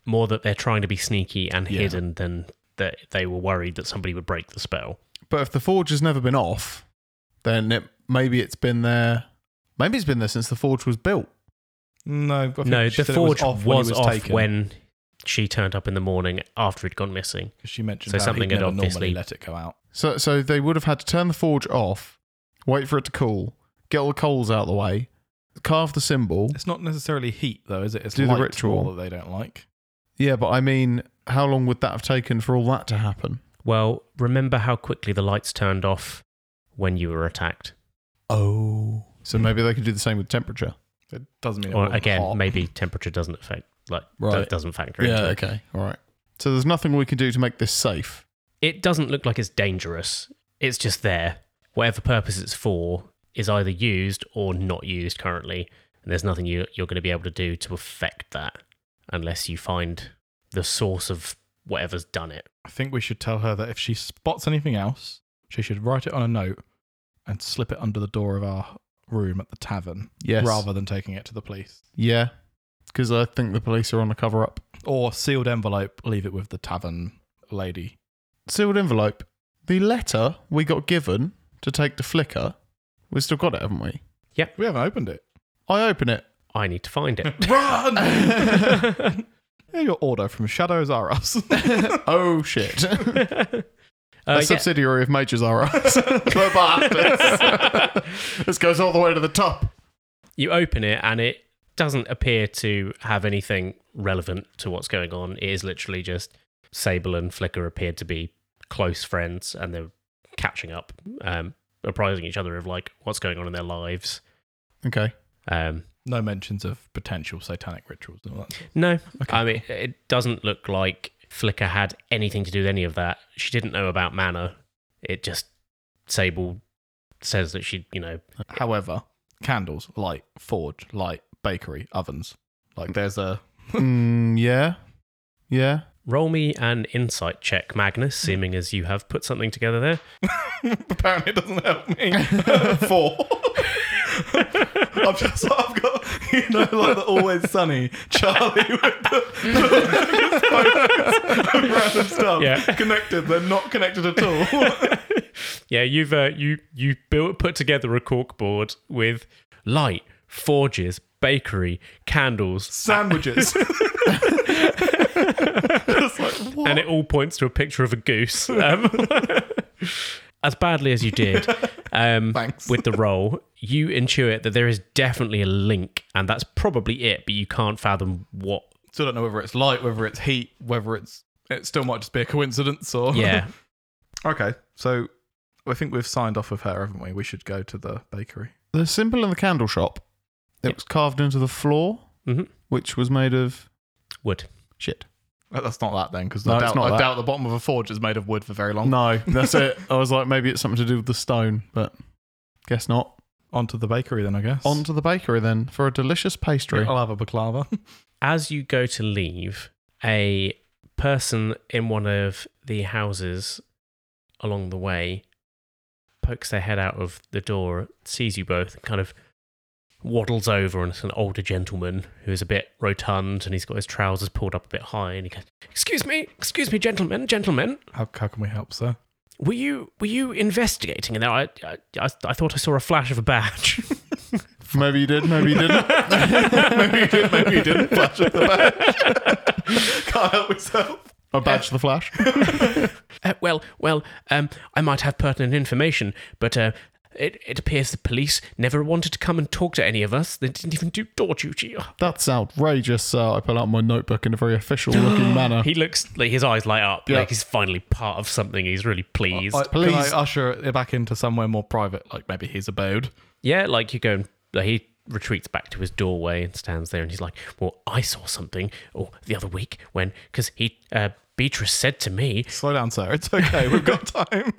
S1: more that they're trying to be sneaky and
S3: Yeah.
S1: hidden than that they were worried that somebody would break the spell.
S2: But if the forge has never been off, then it, maybe it's been there Maybe it's been there since the forge was built.
S3: No, I think
S1: No,
S3: she
S1: the
S3: said it was
S1: forge
S3: off
S1: was,
S3: when he
S1: off
S3: taken.
S1: when she turned up in the morning after he'd gone missing.
S3: she mentioned
S1: so
S3: how
S1: something
S3: he'd
S1: had
S3: never
S1: obviously-
S3: normally let it go out.
S2: So, so they would have had to turn the forge off, wait for it to cool, get all the coals out of the way, carve the symbol.
S3: It's not necessarily heat though, is it? It's
S2: Do the
S3: light
S2: ritual.
S3: that they don't like.
S2: Yeah, but I mean, how long would that have taken for all that to happen?
S1: Well, remember how quickly the lights turned off when you were attacked.
S3: Oh,
S2: So maybe they could do the same with temperature.
S3: it doesn't mean. It
S1: or
S3: wasn't
S1: again,
S3: hot.
S1: maybe temperature doesn't affect like
S2: Right.
S1: that doesn't factor into it.
S2: okay. All right. So there's nothing we can do to make this safe.
S1: It doesn't look like it's dangerous. It's just there. Whatever purpose it's for is either used or not used currently, and there's nothing you, you're going to be able to do to affect that unless you find the source of whatever's done it.
S3: I think we should tell her that if she spots anything else, she should write it on a note and slip it under the door of our room at the tavern,
S2: Yes.
S3: rather than taking it to the police.
S2: Yeah. Because I think the police are on a cover up.
S3: Or sealed envelope, leave it with the tavern lady.
S2: Sealed envelope. The letter we got given to take to Flickr, we've still got it, haven't we?
S3: We haven't opened it.
S2: I open it.
S1: I need to find it. Uh,
S3: Run! Here's your order from Shadows R Us.
S2: Oh, shit.
S1: Uh,
S2: a
S1: yeah.
S2: subsidiary of Majors R Us. We're bastards. this goes all the way to the top.
S1: you open it and it doesn't appear to have anything relevant to what's going on. It is literally just Sable and Flicker appeared to be close friends and they're catching up, um, apprising each other of like what's going on in their lives.
S2: Okay.
S1: Um,
S3: no mentions of potential satanic rituals and all that.
S1: no, I mean it doesn't look like Flicker had anything to do with any of that. She didn't know about Mana. It just Sable says that she, you know,
S3: However, candles, light, forge, light, bakery, ovens. Like there's a
S2: Mm, yeah. Yeah.
S1: roll me an insight check, Magnus, seeming as you have put something together there.
S3: apparently it doesn't help me. Four. I've just I've got you know like the always sunny Charlie with the, the focus of random stuff
S1: Yeah.
S3: connected. They're not connected at all.
S1: Yeah, you've uh, you you built put together a corkboard with light, forges, bakery, candles,
S3: Sandwiches. It's like, what?
S1: and it all points to a picture of a goose. Um, as badly as you did um,
S3: Thanks.
S1: with the roll, you intuit that there is definitely a link, and that's probably it. But you can't fathom what.
S3: Still don't know whether it's light, whether it's heat, whether it's it still might just be a coincidence or
S1: Yeah,
S3: Okay, so I think we've signed off with her, haven't we? We should go to the bakery.
S2: The symbol in the candle shop, it
S1: Yep.
S2: was carved into the floor,
S1: Mhm.
S2: which was made of
S1: wood.
S2: shit.
S3: Uh, That's not that then, because
S2: No,
S3: I,
S2: it's
S3: doubt,
S2: not
S3: I
S2: that.
S3: doubt the bottom of a forge is made of wood for very long.
S2: No, that's it. I was like, maybe it's something to do with the stone, but guess not.
S3: On to the bakery then, I guess.
S2: On to the bakery then for a delicious pastry.
S3: I'll have a baklava.
S1: As you go to leave, a person in one of the houses along the way pokes their head out of the door, sees you both, and kind of waddles over. And it's an older gentleman who is a bit rotund and he's got his trousers pulled up a bit high. And he goes, Excuse me, excuse me, gentlemen, gentlemen.
S3: how, how can we help, sir?
S1: Were you were you investigating? And then I, I, I, I thought I saw a flash of a badge.
S2: Maybe you did, maybe you didn't.
S3: maybe you did, maybe you didn't flash at the back. Can't help myself.
S2: I badged the flash.
S1: Uh, well, well, um, I might have pertinent information, but uh, it, it appears the police never wanted to come and talk to any of us. They didn't even do door duty. Oh, Ugh.
S2: That's outrageous. So I pull out my notebook in a very official looking manner.
S1: He looks like his eyes light up,
S2: Yeah.
S1: like he's finally part of something. He's really pleased.
S2: Please.
S3: Can I usher it back into somewhere more private, like maybe his abode?
S1: yeah, like you go and like, he retreats back to his doorway and stands there, and he's like, "Well, I saw something or the other week when because he uh, Beatrice said to me,
S3: Slow down, sir. It's okay. We've got time.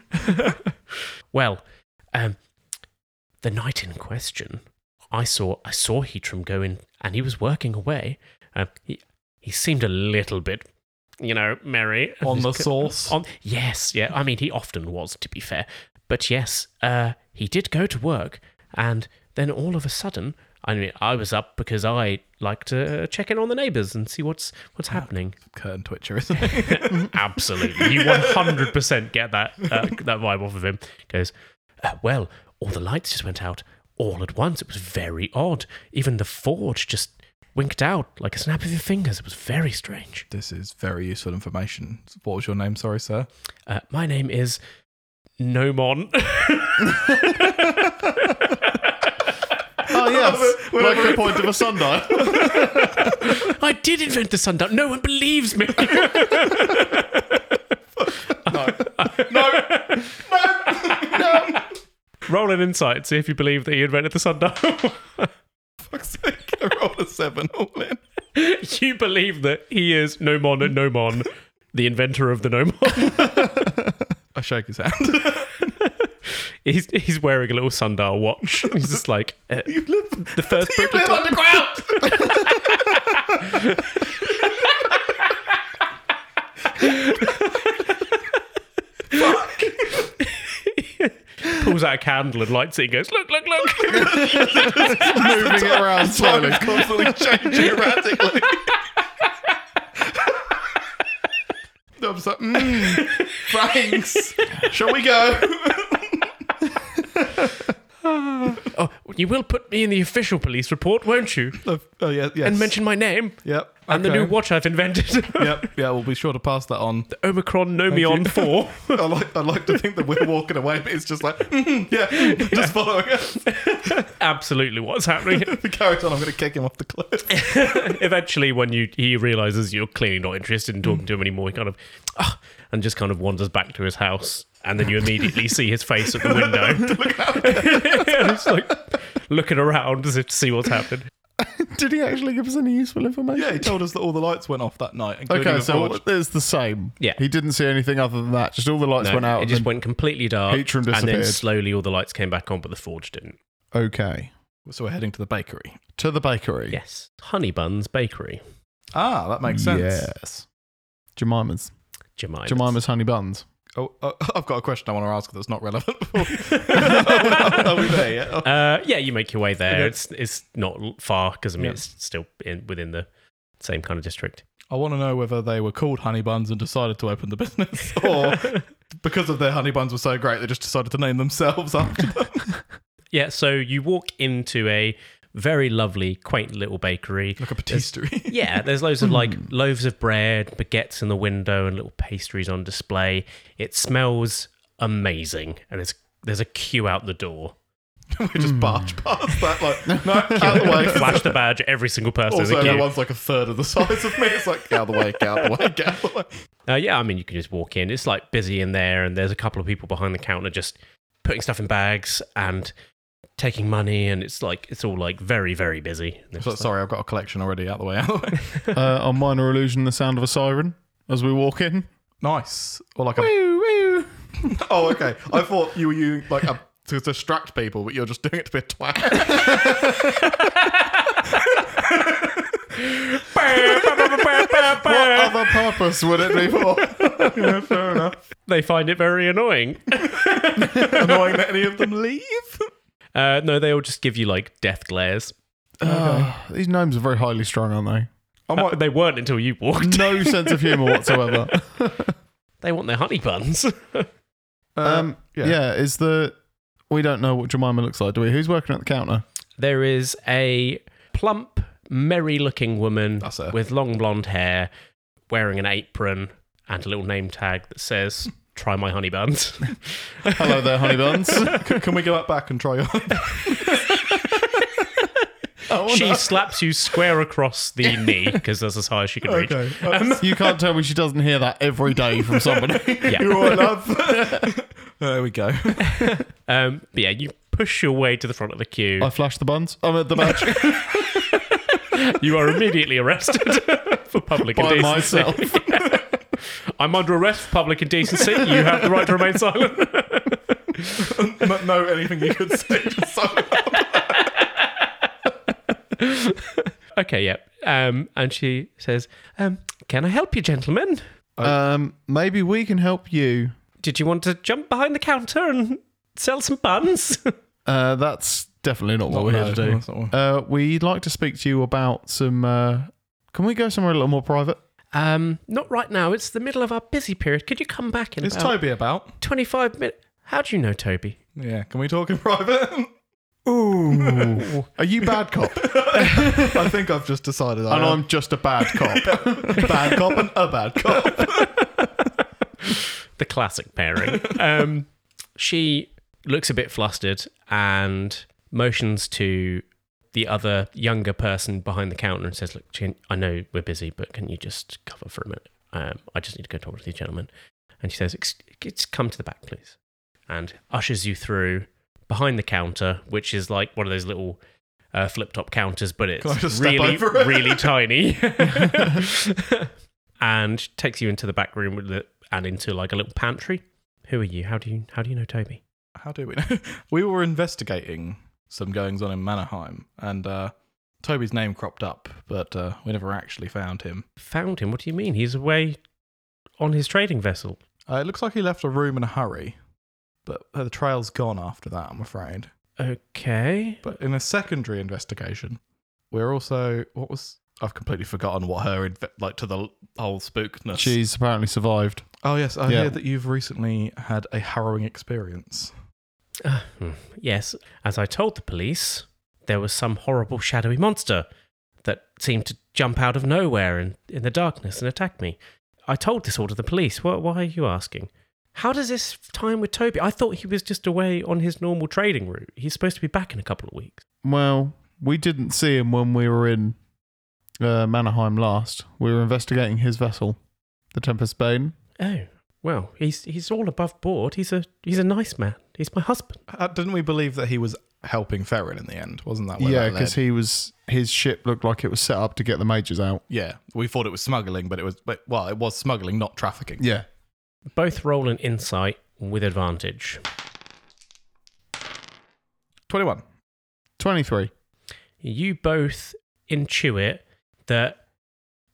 S1: Well, um, the night in question, I saw I saw Heatrum go in, and he was working away. Um, he he seemed a little bit, you know, merry
S3: On the source.
S1: On yes, yeah. I mean, he often was, to be fair. But yes, uh, he did go to work, and then all of a sudden, I mean, I was up because I like to uh, check in on the neighbours and see what's what's happening.
S3: Curtain twitcher, isn't it?
S1: Absolutely, you one hundred percent get that uh, that vibe off of him. Goes, uh, well, all the lights just went out all at once. It was very odd. Even the forge just winked out like a snap of your fingers. It was very strange.
S3: This is very useful information. What was your name? Sorry, sir.
S1: Uh, my name is Nomon.
S2: Oh yes,
S3: We're
S2: like
S3: over
S2: the
S3: it.
S2: point of a sundial.
S1: I did invent the sundial. No one believes me. Roll an insight, see if you believe that he invented the sundial.
S3: Fuck's sake, I rolled a seven all in.
S1: you believe that he is Nomon and Nomon, the inventor of the Nomon.
S3: I shake his hand.
S1: he's, he's wearing a little sundial watch. He's just like, uh,
S3: you live
S1: the first brick to
S3: underground.
S1: pulls out a candle and lights it and goes, look, look, look.
S2: moving it around slowly.
S3: constantly changing erratically. I was like, mm, thanks. Shall we go?
S1: oh, you will put me in the official police report, won't you?
S3: oh yeah, yes.
S1: And mention my name
S3: Yep.
S1: and the new watch I've invented.
S3: Yep. Yeah, we'll be sure to pass that on.
S1: Omicron Nomion 4.
S3: I like. I like to think that we're walking away, but it's just like, mm, yeah, just following us.
S1: Absolutely what's happening.
S3: If he carries on, I'm going to kick him off the cliff.
S1: Eventually, when you he realizes you're clearly not interested in
S2: Mm.
S1: talking to him anymore, he kind of, "Ah," and just kind of wanders back to his house. And then you immediately see his face at the window. And he's like looking around as if to see what's happened.
S2: Did he actually give us any useful information?
S3: Yeah, he told us that all the lights went off that night. Including
S2: Okay,
S3: the
S2: so
S3: forge.
S2: it's the same.
S1: Yeah.
S2: He didn't see anything other than that. Just all the lights went out.
S1: it
S2: and
S1: just
S2: then-
S1: went completely dark.
S2: Patron
S1: and then
S2: disappeared.
S1: slowly all the lights came back on, but the forge didn't.
S2: okay.
S3: so we're heading to the bakery.
S2: To the bakery.
S1: Yes. Honey Buns Bakery.
S3: Ah, that makes sense.
S2: Yes. Jemima's.
S1: Jemima.
S2: Jemima's honey buns.
S3: Oh, uh, I've got a question I want to ask that's not relevant. Before we... Are we there yet?
S1: Uh, yeah, you make your way there.
S3: Okay.
S1: It's it's not l- far because I mean
S3: Yeah.
S1: it's still in, within the same kind of district.
S3: I want to know whether they were called Honey Buns and decided to open the business, or because of their Honey Buns were so great, they just decided to name themselves after them.
S1: Yeah, so you walk into a very lovely, quaint little bakery.
S3: like a patisserie.
S1: Yeah, there's loads of like loaves of bread, baguettes in the window, and little pastries on display. It smells amazing, and there's there's a queue out the door.
S3: we just barge past that, like, no, out the way.
S1: Flash the badge, at every single person
S3: Also,
S1: in the queue.
S3: everyone's like a third of the size of me. It's like, get out of the way, get out of the way, get out of the way.
S1: Uh, yeah, I mean, you can just walk in. It's like busy in there, and there's a couple of people behind the counter just putting stuff in bags and taking money, and it's like it's all like very, very busy. And it's
S3: So,
S1: like-
S3: sorry, I've got a collection already, out the way, out the way.
S2: uh, on Minor Illusion, the sound of a siren as we walk in.
S3: Nice. Or like a
S2: Woo, woo.
S3: Oh, okay. I thought you were you like a, to distract people, but you're just doing it to be a twat.
S2: What other purpose would it be for?
S3: Fair enough.
S1: they find it very annoying.
S3: Annoying that any of them leave.
S1: Uh, no, they all just give you like death glares.
S2: Ah, these gnomes are very highly strung, aren't
S3: I
S1: Uh,
S3: might.
S1: they weren't until you walked.
S2: they? No sense of humour whatsoever.
S1: They want their honey buns.
S2: Um, yeah. is the we don't know what Jemima looks like, do we? Who's working at the counter?
S1: there is a plump, merry-looking woman
S3: That's her.
S1: with long blonde hair, wearing an apron and a little name tag that says "Try my honey buns."
S2: Hello there, honey buns.
S3: Can, can we go out back and try on? oh,
S1: she slaps you square across the knee because that's as high as she can reach.
S3: Okay. Um,
S2: you can't tell me she doesn't hear that every day from somebody.
S1: Yeah.
S3: you all right, love. there we go.
S1: Um, but yeah, you push your way to the front of the queue.
S2: I flash the buns. I'm at the badge
S1: You are immediately arrested for public
S2: by
S1: indecency.
S2: myself.
S1: I'm under arrest for public indecency. You have the right to remain silent.
S3: No, no, anything you could say. Just so
S1: Okay, yeah. Um, and she says, um, "Can I help you, gentlemen?
S2: Um, maybe we can help you.
S1: Did you want to jump behind the counter and sell some buns?"
S2: Uh, that's definitely not what we're here to do. Uh, we'd like to speak to you about some. Uh, can we go somewhere a little more private?
S1: um, not right now. It's the middle of our busy period. Could you come back in
S3: Is
S1: about
S3: Toby about?
S1: 25 minutes? How do you know Toby?
S3: Yeah. Can we talk in private? Ooh.
S2: Are you bad cop?
S3: I think I've just decided. I
S2: and
S3: am.
S2: I'm just a bad cop.
S3: bad cop and a bad cop.
S1: the classic pairing. Um, she looks a bit flustered and motions to the other younger person behind the counter and says, "Look, Chin, I know we're busy, but can you just cover for a minute? Um, I just need to go talk to these gentlemen." And she says, "Ex- "It's come to the back, please," and ushers you through behind the counter, which is like one of those little. Uh, flip top counters, but it's
S3: Can I just step
S1: really,
S3: over it?
S1: really tiny. and takes you into the back room with the, and into like a little pantry. Who are you? How do you how do you know Toby?
S3: How do we know? We were investigating some goings on in Mannerheim, and uh, Toby's name cropped up, but uh, we never actually found him.
S1: Found him. What do you mean? He's away on his trading vessel.
S3: Uh, it looks like he left a room in a hurry, but uh, the trail's gone after that, I'm afraid.
S1: Okay.
S3: But in a secondary investigation, we're also what was I've completely forgotten what her inve- like to the whole spookness.
S2: She's apparently survived.
S3: oh yes, I
S2: Yeah.
S3: hear that you've recently had a harrowing experience.
S1: Ah, hmm. yes. As I told the police, there was some horrible shadowy monster that seemed to jump out of nowhere and in the darkness and attack me. I told this all to the police. Why, why are you asking? How does this time with Toby? I thought he was just away on his normal trading route. He's supposed to be back in a couple of weeks.
S2: Well, we didn't see him when we were in uh, Mannerheim last. We were investigating his vessel, the Tempest Bane.
S1: Oh well, he's he's all above board. He's a he's a nice man. He's my husband.
S3: Uh, didn't we believe that he was helping Ferrin in the end? Wasn't that where
S2: yeah,
S3: because
S2: because he was his ship looked like it was set up to get the majors out.
S3: yeah we thought it was smuggling, but it was but, well it was smuggling, not trafficking.
S2: Yeah,
S1: Both roll an insight with advantage.
S3: Twenty one.
S2: twenty three.
S1: You both intuit that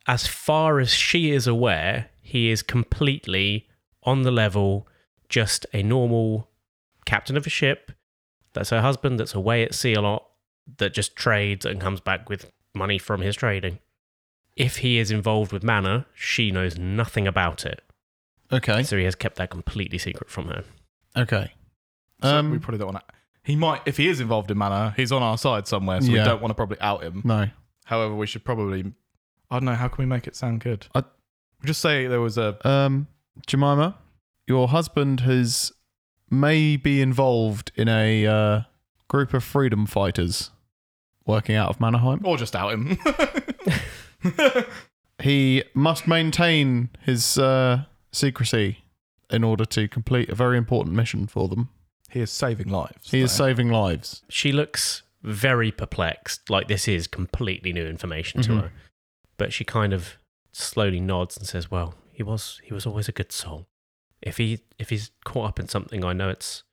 S1: as far as she is aware, he is completely on the level, just a normal captain of a ship. That's her husband. That's away at sea a lot. That just trades and comes back with money from his trading. If he is involved with Manor, she knows nothing about it.
S2: Okay,
S1: So he has kept that completely secret from her.
S2: okay.
S3: So
S2: Um,
S3: we probably don't want to. He might if he is involved in Manor, he's on our side somewhere, so we
S2: Yeah.
S3: don't want to probably out him.
S2: no,
S3: However, we should probably. I don't know. How can we make it sound good?
S2: I-
S3: We just say there was a.
S2: um, Jemima, your husband has may be involved in a uh, group of freedom fighters working out of Mannerheim.
S3: Or just out him.
S2: He must maintain his uh, secrecy in order to complete a very important mission for them.
S3: he is saving lives.
S2: He is
S3: though.
S2: saving lives.
S1: She looks very perplexed, like this is completely new information
S2: Mhm.
S1: to her. But she kind of slowly nods and says, "Well, he was he was always a good soul. If he if he's caught up in something, I know it's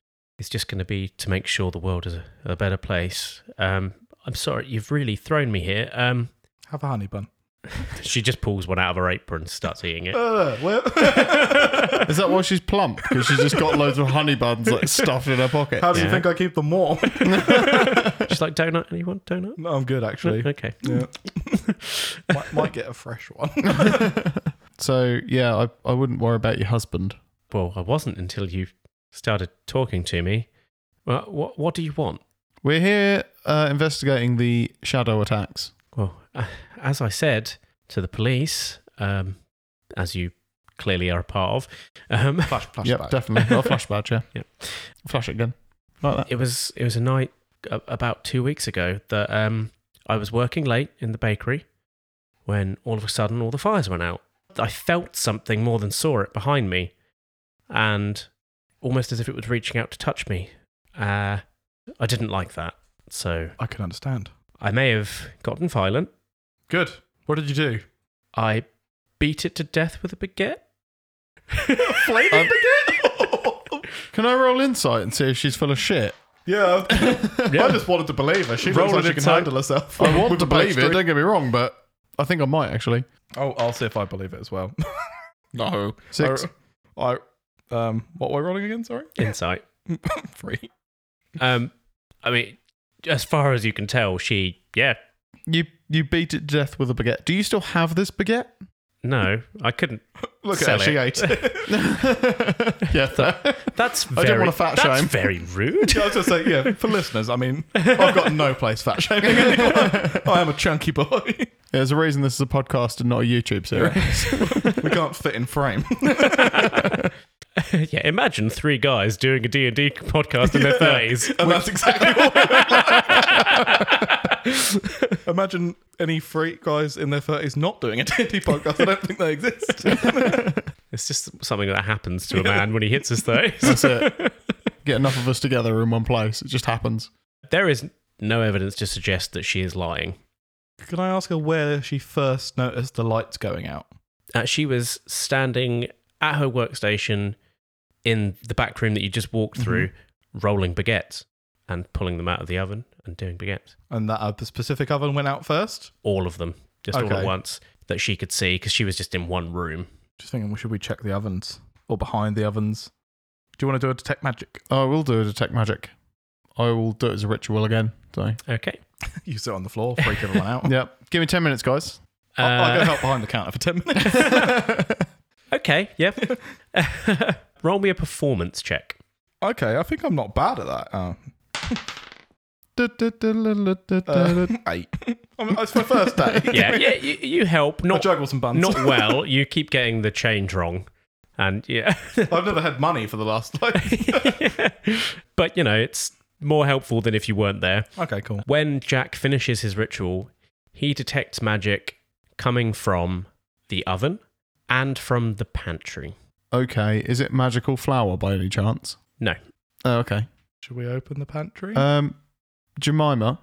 S1: it's just going to be to make sure the world is a, a better place." Um, I'm sorry, you've really thrown me here. Um,
S3: Have a honey bun.
S1: she just pulls one out of her apron and starts eating it.
S3: Uh, well-
S2: Is that why she's plump? Because she's just got loads of honey buns like stuffed in her pocket.
S3: How do you
S1: Yeah.
S3: think I keep them warm?
S1: She's like, "Donut? Anyone? Donut?"
S3: no, I'm good actually.
S1: Okay.
S3: Yeah. might, might get a fresh one.
S2: So yeah, I, I wouldn't worry about your husband.
S1: Well, I wasn't until you started talking to me. Well, what what do you want?
S2: We're here uh, investigating the shadow attacks.
S1: Well, uh, as I said to the police, um, as you clearly are a part of, um,
S3: Flash, flashback.
S2: yep, definitely. Oh, flash badge, yeah.
S1: Yep.
S2: Flash it again. Like that.
S1: it was it was a night a- about two weeks ago that um, I was working late in the bakery when all of a sudden all the fires went out. I felt something more than saw it behind me, and almost as if it was reaching out to touch me. Uh, I didn't like that, so
S3: I can understand.
S1: I may have gotten violent.
S3: Good. What did you do?
S1: I beat it to death with a baguette.
S3: Flayed
S2: Um,
S3: again?
S2: Can I roll insight and see if she's full of shit?
S3: yeah.
S1: Yeah.
S3: I just wanted to believe her. She
S1: Roll
S3: looks like
S1: it
S3: she can
S1: inside.
S3: handle herself.
S2: I want
S3: With
S2: to
S3: a
S2: believe it,
S3: backstory.
S2: don't get me wrong, but I think I might actually.
S3: Oh, I'll see if I believe it as well. no.
S2: Six.
S3: I, I um what were we rolling again, sorry?
S1: Insight.
S3: Three.
S1: Um, I mean, as far as you can tell, she yeah.
S2: You you beat it to death with a baguette. Do you still have this baguette?
S1: No, I couldn't.
S2: Look
S1: Sell
S2: at her, she ate. yeah, fair.
S1: That's very.
S2: don't want a fat
S1: that's
S2: shame.
S1: very rude.
S3: I was just saying, yeah, for listeners, I mean, I've got no place fat shaming. anyone. I am a chunky boy.
S2: There's a reason this is a podcast and not a YouTube series.
S3: we can't fit in frame.
S1: yeah, imagine three guys doing a D&D podcast in their 30s.
S3: And that's exactly what we look like. Imagine any three guys in their 30s not doing a D&D podcast. I don't think they exist.
S1: It's just something that happens to a man when he hits his 30s.
S2: That's it. Get enough of us together in one place. It just happens.
S1: there is no evidence to suggest that she is lying.
S3: Can I ask her where she first noticed the lights going out?
S1: Uh, she was standing at her workstation in the back room that you just walked through, rolling baguettes and pulling them out of the oven and doing baguettes.
S3: And that uh, the specific oven went out first?
S1: All of them, just all
S3: Okay.
S1: at once, that she could see because she was just in one room.
S3: Just thinking, well, should we check the ovens? Or behind the ovens? Do you want to do a detect magic?
S2: I will do a detect magic. I will do it as a ritual again. So,
S1: Okay.
S3: You sit on the floor, freak everyone out.
S2: yep. Give me 10 minutes, guys.
S1: Uh,
S3: I'll, I'll go help behind the counter for 10 minutes.
S1: Oh, okay, yeah. Roll me a performance check.
S3: okay, I think I'm not bad at that. Oh.
S2: Uh,
S3: Uh, eight. I mean, it's my first day.
S1: Yeah, yeah, you, you help.
S3: I
S1: Not
S3: juggle some buns.
S1: not well. You keep getting the change wrong, and yeah,
S3: I've never had money for the last like.
S1: but you know it's more helpful than if you weren't there.
S3: okay, cool.
S1: When Jack finishes his ritual, he detects magic coming from the oven and from the pantry.
S2: okay. Is it magical flower by any chance?
S1: No,
S2: Oh, okay.
S3: Should we open the pantry?
S2: Um, Jemima,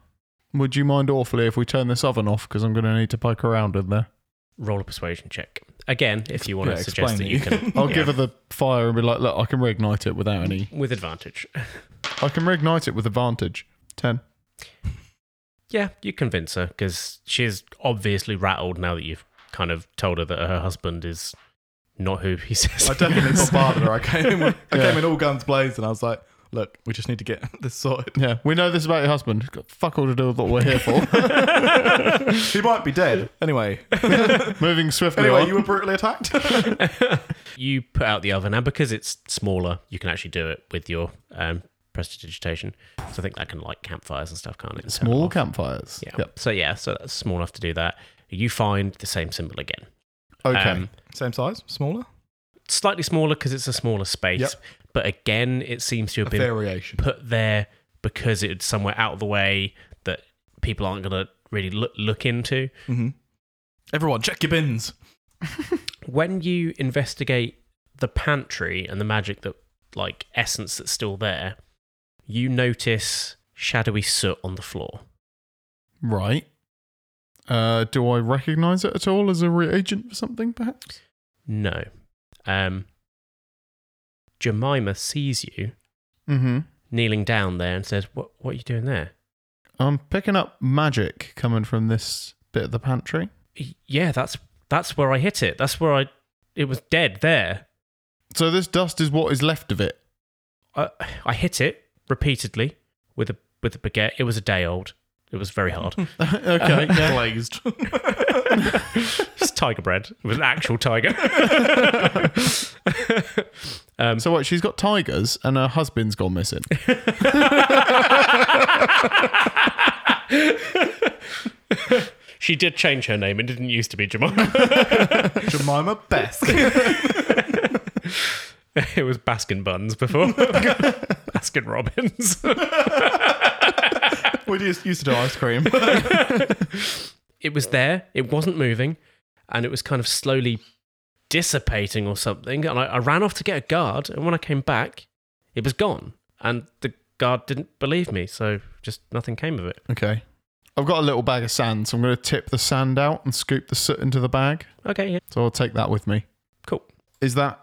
S2: would you mind awfully if we turn this oven off? Because I'm going to need to poke around in there.
S1: roll a persuasion check again if you want
S3: Yeah,
S1: to suggest
S3: explain
S1: that you
S3: that you
S1: can.
S2: I'll
S1: yeah,
S2: give her the fire and be like, look, I can reignite it without any.
S1: with advantage.
S2: I can reignite it with advantage. 10.
S1: Yeah, you convince her because she's obviously rattled now that you've kind of told her that her husband is not who he says.
S3: I
S1: he
S3: definitely
S1: is.
S3: bombarded her. I came in, with, I
S2: Yeah.
S3: came in all guns blazing. I was like, "Look, we just need to get this sorted.
S2: Yeah, we know this about your husband. He's got fuck all to do with what we're here for.
S3: He might be dead." Anyway,
S2: Moving swiftly
S3: anyway,
S2: on.
S3: you were brutally attacked.
S1: you put out the oven, and because it's smaller, you can actually do it with your um, prestidigitation. So I think that can light campfires and stuff, can't it? and turn it
S2: Small
S1: off.
S2: campfires.
S1: Yeah.
S2: Yep.
S1: So yeah, so that's small enough to do that. You find the same symbol again.
S2: Okay.
S1: Um,
S3: Same size, smaller.
S1: slightly smaller because it's a smaller space,
S3: Yep.
S1: but again, it seems to have been
S3: variation.
S1: put there because it's somewhere out of the way that people aren't going to really look, look into.
S2: Mm-hmm.
S3: hmm Everyone, check your bins.
S1: When you investigate the pantry and the magic that, like, essence that's still there, you notice shadowy soot on the floor.
S2: right. Uh, do I recognise it at all as a reagent for something, perhaps?
S1: No. Um, Jemima sees you
S2: Mm-hmm.
S1: kneeling down there and says, "What? What are you doing there?"
S2: I'm picking up magic coming from this bit of the pantry.
S1: "Y- Yeah, that's that's where I hit it. That's where I. It was dead there.
S2: So this dust is what is left of it.
S1: I I hit it repeatedly with a with a baguette. It was a day old. It was very hard.
S2: okay. yeah.
S3: Glazed.
S1: it's tiger bread. It was an actual tiger. um,
S2: So what? She's got tigers, and her husband's gone missing.
S1: she did change her name. It didn't used to be Jemima.
S3: Jemima Best.
S1: it was Baskin Buns before. Baskin Robbins.
S3: we just used to do ice cream.
S1: it was there. It wasn't moving, and it was kind of slowly dissipating or something. And I, I ran off to get a guard, and when I came back, it was gone. And the guard didn't believe me, so just nothing came of it.
S2: Okay. I've got a little bag of sand, so I'm going to tip the sand out and scoop the soot into the bag.
S1: Okay, yeah,
S2: So I'll take that with me.
S1: cool.
S2: Is that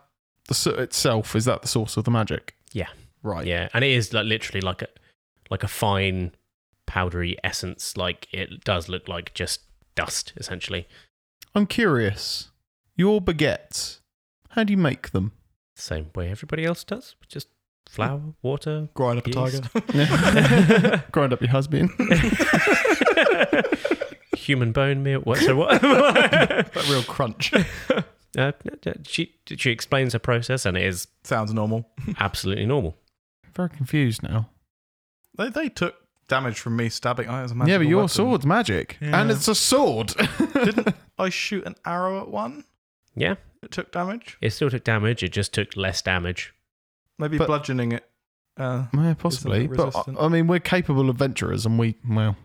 S2: the soot itself? Is that the source of the magic?
S1: Yeah.
S2: Right.
S1: Yeah, and it is like literally like a like a fine powdery essence. Like it does look like just dust, essentially.
S2: I'm curious. Your baguettes. How do you make them?
S1: Same way everybody else does, just flour, water.
S3: Grind up a
S1: Yeast.
S3: tiger.
S2: Grind up your husband.
S1: Human bone meal. What? So what?
S3: That real crunch
S1: Uh, she she explains her process, and it is
S3: sounds normal.
S1: absolutely normal.
S2: Very confused now.
S3: They they took damage from me stabbing. I was a magical
S2: yeah, but your
S3: weapon.
S2: sword's magic,
S3: Yeah.
S2: and it's a sword.
S3: Didn't I shoot an arrow at one?
S1: Yeah,
S3: It took damage.
S1: it still took damage. It just took less damage.
S3: Maybe
S2: But-
S3: bludgeoning it. Uh,
S2: yeah, possibly.
S3: Isn't it
S2: But
S3: resistant?
S2: I, I mean, we're capable adventurers, and we well,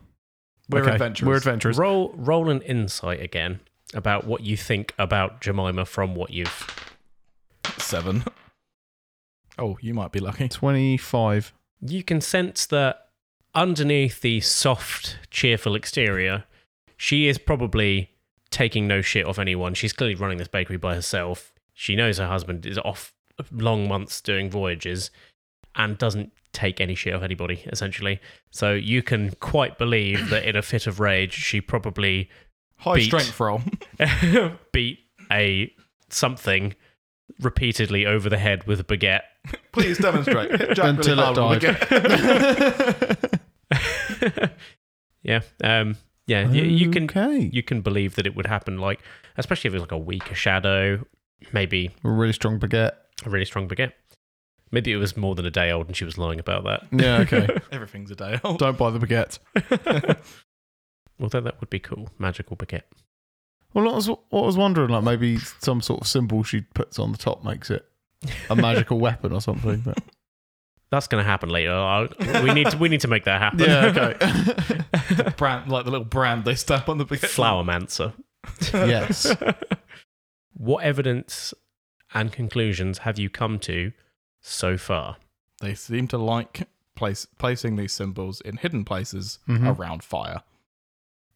S3: we're
S2: okay,
S3: adventurers.
S2: We're adventurers.
S1: Roll roll an insight again about what you think about Jemima from what you've.
S3: Seven. Oh, you might be lucky.
S2: Twenty-five.
S1: You can sense that underneath the soft, cheerful exterior, she is probably taking no shit off anyone. She's clearly running this bakery by herself. She knows her husband is off long months doing voyages and doesn't take any shit off anybody, essentially. So you can quite believe that in a fit of rage, she probably
S3: High
S1: Beat.
S3: strength roll.
S1: beat a something repeatedly over the head with a baguette.
S3: Please demonstrate. Hit Jack
S2: Until
S3: really
S2: it
S3: hard when we get-
S1: yeah, um, yeah, you, you can
S2: Okay.
S1: you can believe that it would happen. Like, especially if it was like a weaker shadow, maybe
S2: We're really strong baguette.
S1: a really strong baguette. Maybe it was more than a day old, and she was lying about that.
S2: Yeah. Okay.
S3: Everything's a day old.
S2: Don't buy the baguette.
S1: Although that would be cool, magical baguette.
S2: Well, I was, what I was wondering, like maybe some sort of symbol she puts on the top makes it a magical weapon or something. But
S1: That's going to happen later. I'll, we need to, we need to make that happen.
S2: okay.
S3: brand like the little brand they stamp on the big
S1: Flower mancer.
S2: yes.
S1: What evidence and conclusions have you come to so far?
S3: They seem to like place placing these symbols in hidden places
S2: Mhm.
S3: around fire.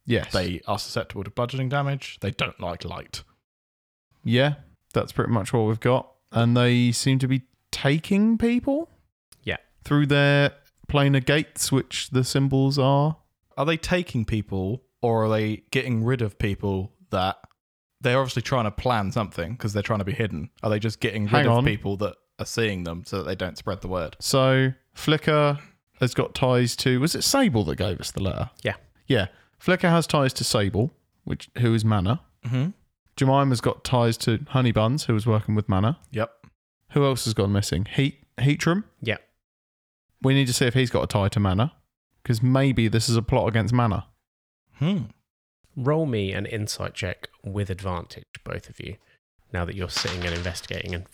S2: Yes.
S3: They are susceptible to bludgeoning damage. They don't like light.
S2: Yeah, that's pretty much what we've got. And they seem to be taking people.
S1: Yeah.
S2: Through their planar gates, which the symbols are.
S3: Are they taking people or are they getting rid of people that they're obviously trying to plan something because they're trying to be hidden? Are they just getting rid
S2: Hang
S3: of
S2: on.
S3: people that are seeing them so that they don't spread the word?
S2: So Flickr has got ties to. Was it Sable that gave us the letter?
S1: Yeah.
S2: Yeah. Flickr has ties to Sable, which who is Mana.
S3: Mm-hmm.
S2: Jemima's got ties to Honey Buns, who was working with Mana.
S3: Yep.
S2: Who else has gone missing? Heat Heatrum.
S1: Yeah.
S2: We need to see if he's got a tie to Mana, because maybe this is a plot against Mana.
S3: Hmm.
S1: Roll me an insight check with advantage, both of you, now that you're sitting and investigating and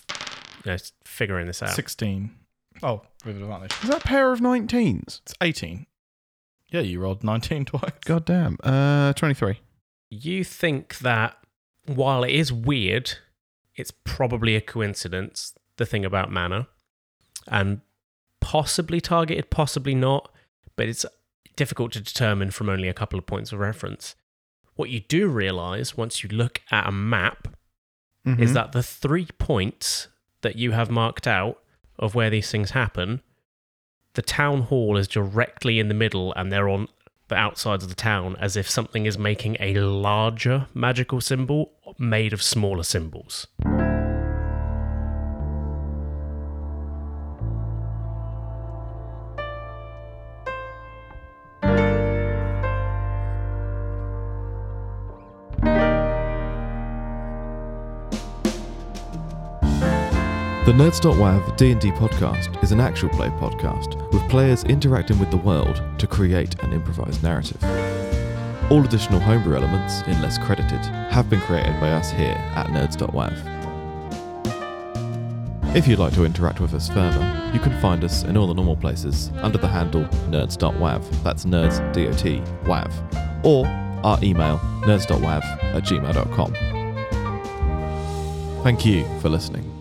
S1: you know, s- figuring this out.
S3: 16. Oh, with advantage.
S2: Is that a pair of 19s?
S3: It's 18. Yeah, you rolled 19 twice.
S2: God damn. Uh, 23.
S1: You think that while it is weird, it's probably a coincidence, the thing about mana, and possibly targeted, possibly not, but it's difficult to determine from only a couple of points of reference. What you do realize once you look at a map is
S2: Mhm.
S1: that the three points that you have marked out of where these things happen, the town hall is directly in the middle and they're on the outsides of the town as if something is making a larger magical symbol made of smaller symbols.
S4: The Nerds.wav D&D podcast is an actual play podcast with players interacting with the world to create an improvised narrative. All additional homebrew elements, unless credited, have been created by us here at Nerds.wav. If you'd like to interact with us further, you can find us in all the normal places under the handle nerds.wav, that's nerds, D-O-T, wav, or our email nerds.wav at gmail.com. Thank you for listening.